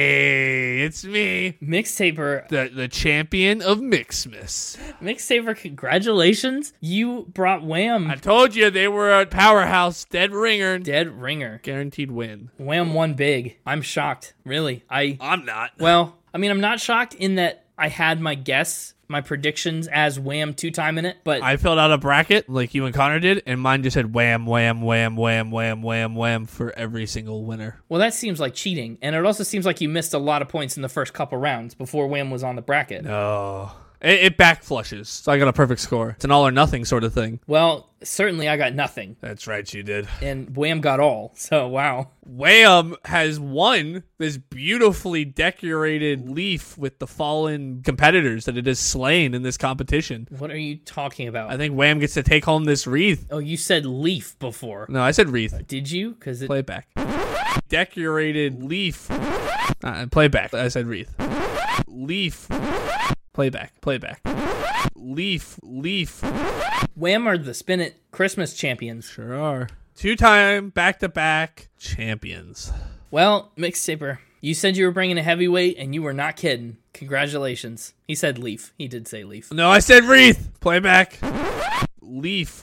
Speaker 3: hey, it's me,
Speaker 1: Mixtaper,
Speaker 3: the, the champion of Mixmas.
Speaker 1: Mixtaper, congratulations. You brought Wham.
Speaker 3: I told you they were a powerhouse, dead ringer.
Speaker 1: Dead ringer.
Speaker 3: Guaranteed win.
Speaker 1: Wham won big. I'm shocked. Really. I,
Speaker 3: I'm not.
Speaker 1: well, I mean, I'm not shocked in that I had my guess, my predictions as Wham two time in it, but
Speaker 3: I filled out a bracket like you and Connor did, and mine just said wham, wham, wham, wham, wham, wham, wham for every single winner.
Speaker 1: Well, that seems like cheating, and it also seems like you missed a lot of points in the first couple rounds before Wham was on the bracket.
Speaker 3: Oh. It, it back flushes, so I got a perfect score. It's an all or nothing sort of thing.
Speaker 1: Well, certainly I got nothing,
Speaker 3: That's right, you did.
Speaker 1: and Wham got all. So wow,
Speaker 3: Wham has won this beautifully decorated leaf with the fallen competitors that it has slain in this competition.
Speaker 1: what are you talking about?
Speaker 3: I think Wham gets to take home this wreath.
Speaker 1: oh, you said leaf before,
Speaker 3: No, I said wreath.
Speaker 1: did you? Because it
Speaker 3: Mm. Play it back. Decorated leaf. Uh, play it back. I said wreath. leaf. Playback, playback. Leaf, leaf.
Speaker 1: Wham are the Spin It Christmas champions.
Speaker 3: Sure are. Two time back to back champions.
Speaker 1: Well, Mixtaper, you said you were bringing a heavyweight, and you were not kidding. Congratulations. He said Leaf. He did say Leaf.
Speaker 3: No, I said wreath. Playback. Leaf.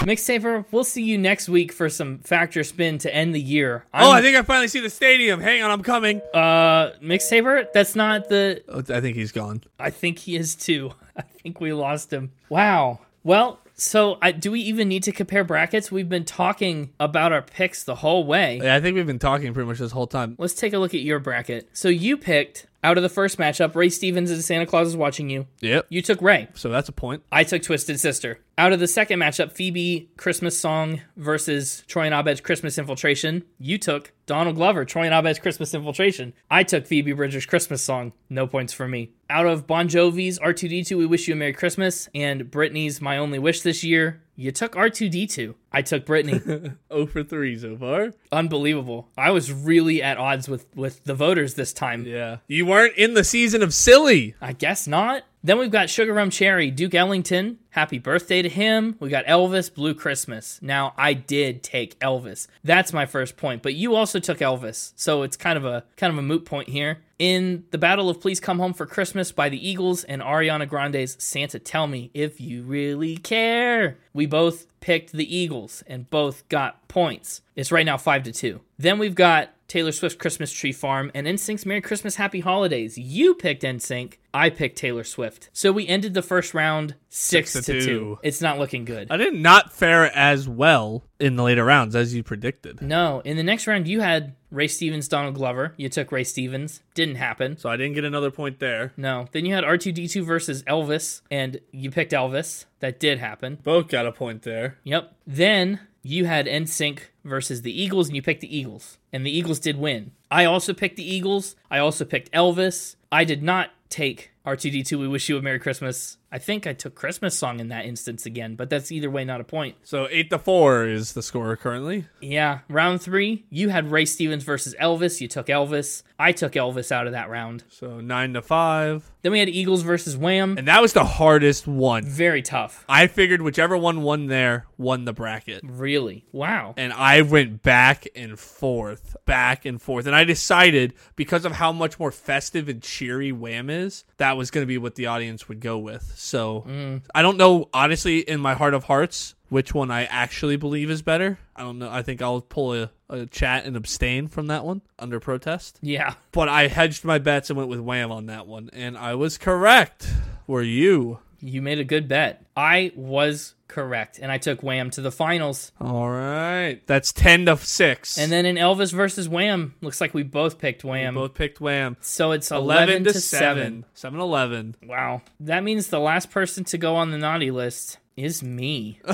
Speaker 1: Mixtaper, we'll see you next week for some Factor Spin to end the year.
Speaker 3: Oh, I think I finally see the stadium. Hang on, I'm coming.
Speaker 1: Uh, Mixtaper, that's not the.
Speaker 3: Oh, I think he's gone.
Speaker 1: I think he is too. I think we lost him. Wow. Well, so I, do we even need to compare brackets? We've been talking about our picks the whole way.
Speaker 3: Yeah, I think we've been talking pretty much this whole time.
Speaker 1: Let's take a look at your bracket. So you picked out of the first matchup, Ray Stevens and Santa Claus is watching you.
Speaker 3: Yep.
Speaker 1: You took Ray.
Speaker 3: So that's a point.
Speaker 1: I took Twisted Sister. Out of the second matchup, Phoebe Christmas Song versus Troy and Abed's Christmas Infiltration. You took Donald Glover, Troy and Abed's Christmas Infiltration. I took Phoebe Bridgers' Christmas Song. No points for me. Out of Bon Jovi's R2D2, We Wish You a Merry Christmas, and Britney's My Only Wish This Year. You took R2D2. I took Britney.
Speaker 3: 0 for 3 so far.
Speaker 1: Unbelievable. I was really at odds with with the voters this time.
Speaker 3: Yeah. You weren't in the season of silly.
Speaker 1: I guess not. Then we've got Sugar Rum Cherry, Duke Ellington. Happy birthday to him. We got Elvis, Blue Christmas. Now, I did take Elvis. That's my first point, but you also took Elvis. So it's kind of a kind of a moot point here. In The Battle of Please Come Home for Christmas by the Eagles and Ariana Grande's Santa Tell Me If You Really Care. We both picked the Eagles and both got points. It's right now 5 to 2. Then we've got Taylor Swift's Christmas Tree Farm, and NSYNC's Merry Christmas, Happy Holidays. You picked NSYNC. I picked Taylor Swift. So we ended the first round six,
Speaker 3: Six
Speaker 1: to
Speaker 3: to
Speaker 1: two.
Speaker 3: two.
Speaker 1: It's not looking good.
Speaker 3: I did not fare as well in the later rounds as you predicted.
Speaker 1: no, in the next round, you had Ray Stevens, Donald Glover. You took Ray Stevens. Didn't happen.
Speaker 3: So I didn't get another point there.
Speaker 1: No. Then you had R2D2 versus Elvis, and you picked Elvis. That did happen.
Speaker 3: Both got a point there.
Speaker 1: Yep. Then you had NSYNC versus the Eagles, and you picked the Eagles, and the Eagles did win. I also picked the Eagles. I also picked Elvis. I did not take R2D2. We wish you a Merry Christmas. I think I took Christmas song in that instance again, but that's either way not a point.
Speaker 3: So 8 to 4 is the score currently.
Speaker 1: Yeah, round three, you had Ray Stevens versus Elvis. You took Elvis. I took Elvis out of that round.
Speaker 3: So 9 to 5.
Speaker 1: Then we had Eagles versus Wham.
Speaker 3: And that was the hardest one.
Speaker 1: Very tough.
Speaker 3: I figured whichever one won there won the bracket.
Speaker 1: Really? Wow.
Speaker 3: and I went back and forth, back and forth. And I decided because of how much more festive and cheery Wham is, that was going to be what the audience would go with. So I don't know, honestly, in my heart of hearts, which one I actually believe is better. I don't know. I think I'll pull a, a chat and abstain from that one under protest.
Speaker 1: Yeah.
Speaker 3: But I hedged my bets and went with Wham on that one. And I was correct. Were you?
Speaker 1: You made a good bet. I was correct, and I took Wham to the finals.
Speaker 3: All right. That's 10 to 6.
Speaker 1: And then in Elvis versus Wham, looks like we both picked Wham.
Speaker 3: both picked Wham.
Speaker 1: so it's 11,
Speaker 3: 11
Speaker 1: to
Speaker 3: to 7. 7 11.
Speaker 1: 7. Wow. That means the last person to go on the naughty list is me.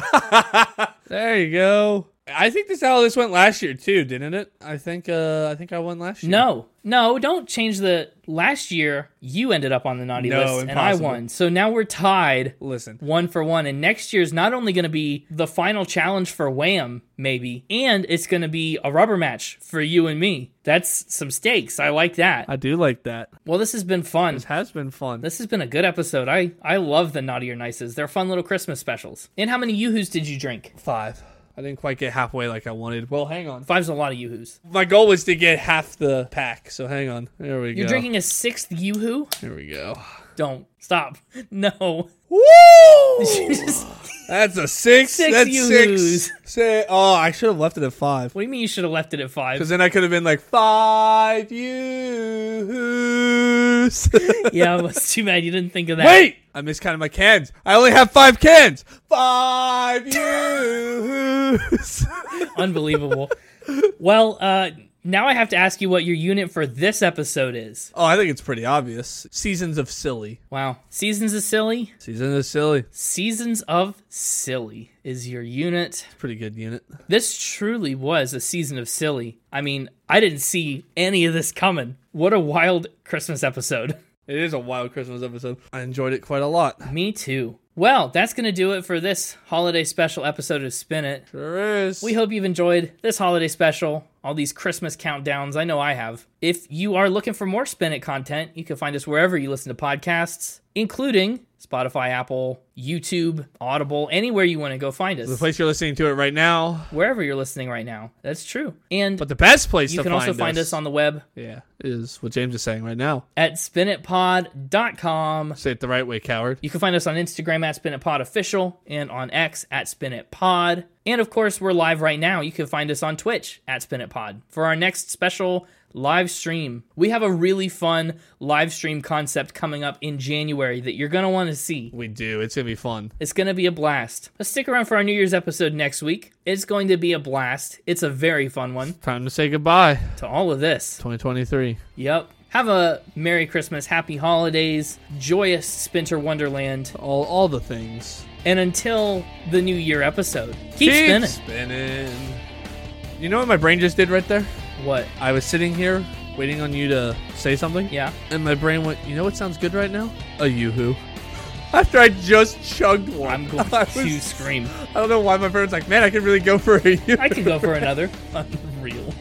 Speaker 3: There you go. I think this is how this went last year too, didn't it? I think uh I think I won last year.
Speaker 1: no, no, don't change the. Last year, you ended up on the naughty
Speaker 3: No,
Speaker 1: list, and I
Speaker 3: impossible.
Speaker 1: won. So now we're tied.
Speaker 3: Listen.
Speaker 1: One for one. And next year's not only going to be the final challenge for Wham, maybe, and it's going to be a rubber match for you and me. That's some stakes. I like that.
Speaker 3: I do like that.
Speaker 1: Well, this has been fun.
Speaker 3: This has been fun.
Speaker 1: This has been a good episode. I, I love the Naughty or Nices. They're fun little Christmas specials. And how many yoo-hoos did you drink?
Speaker 3: 5. I didn't quite get halfway like I wanted. Well, hang on.
Speaker 1: Five's a lot of yoo-hoos.
Speaker 3: My goal was to get half the pack, so hang on. There we go.
Speaker 1: You're drinking a sixth yoo-hoo?
Speaker 3: Here we go.
Speaker 1: Don't. Stop. No.
Speaker 3: Woo!
Speaker 1: Just-
Speaker 3: That's a 6.
Speaker 1: Six
Speaker 3: That's
Speaker 1: you
Speaker 3: 6.
Speaker 1: lose.
Speaker 3: Say, oh, I should have left it at 5.
Speaker 1: what do you mean you should have left it at
Speaker 3: Cuz
Speaker 1: five?
Speaker 3: then I could have been like 5 yous.
Speaker 1: yeah, well, it's too bad you didn't think of that.
Speaker 3: Wait! I miscounted my cans. I only have five cans. Five years.
Speaker 1: Unbelievable. well, uh, now I have to ask you what your unit for this episode is.
Speaker 3: oh, I think it's pretty obvious. Seasons of silly.
Speaker 1: Wow. Seasons of Silly?
Speaker 3: Seasons of silly. It's
Speaker 1: Seasons of Silly is your unit.
Speaker 3: a pretty good unit.
Speaker 1: This truly was a season of silly. I mean, I didn't see any of this coming. What a wild Christmas episode.
Speaker 3: It is a wild Christmas episode. I enjoyed it quite a lot.
Speaker 1: Me too. Well, that's going to do it for this holiday special episode of Spin It.
Speaker 3: Sure is.
Speaker 1: We hope you've enjoyed this holiday special, all these Christmas countdowns. I know I have. If you are looking for more Spin It content, you can find us wherever you listen to podcasts, including Spotify, Apple, YouTube, Audible, anywhere you want to go find us.
Speaker 3: the place you're listening to it right now.
Speaker 1: wherever you're listening right now. That's true. And
Speaker 3: But the best place
Speaker 1: you
Speaker 3: to
Speaker 1: can
Speaker 3: find
Speaker 1: also find us on the web
Speaker 3: yeah is what James is saying right now.
Speaker 1: at spinitpod.com.
Speaker 3: Say it the right way, coward.
Speaker 1: You can find us on Instagram at SpinitPod Official and on X at SpinitPod. And of course, we're live right now. You can find us on Twitch at SpinitPod for our next special live stream. We have a really fun live stream concept coming up in January that you're going to want to see.
Speaker 3: We do. It's gonna be fun.
Speaker 1: It's going to be a blast. But stick around for our New Year's episode next week. It's going to be a blast. It's a very fun one
Speaker 3: Time to say goodbye.
Speaker 1: to all of this.
Speaker 3: 2023.
Speaker 1: Yep. Have a Merry Christmas, Happy Holidays, joyous Spinter Wonderland.
Speaker 3: All all the things.
Speaker 1: And until the new year episode, keep, spinning.
Speaker 3: spinning. You know what my brain just did right there?
Speaker 1: What?
Speaker 3: I was sitting here waiting on you to say something.
Speaker 1: Yeah.
Speaker 3: And my brain went, you know what sounds good right now? A yoo-hoo. After I just chugged one.
Speaker 1: I'm going
Speaker 3: I
Speaker 1: to
Speaker 3: was-
Speaker 1: scream.
Speaker 3: I don't know why my friend's like, man, I could really go for a yoo-hoo.
Speaker 1: I could go for another. Unreal.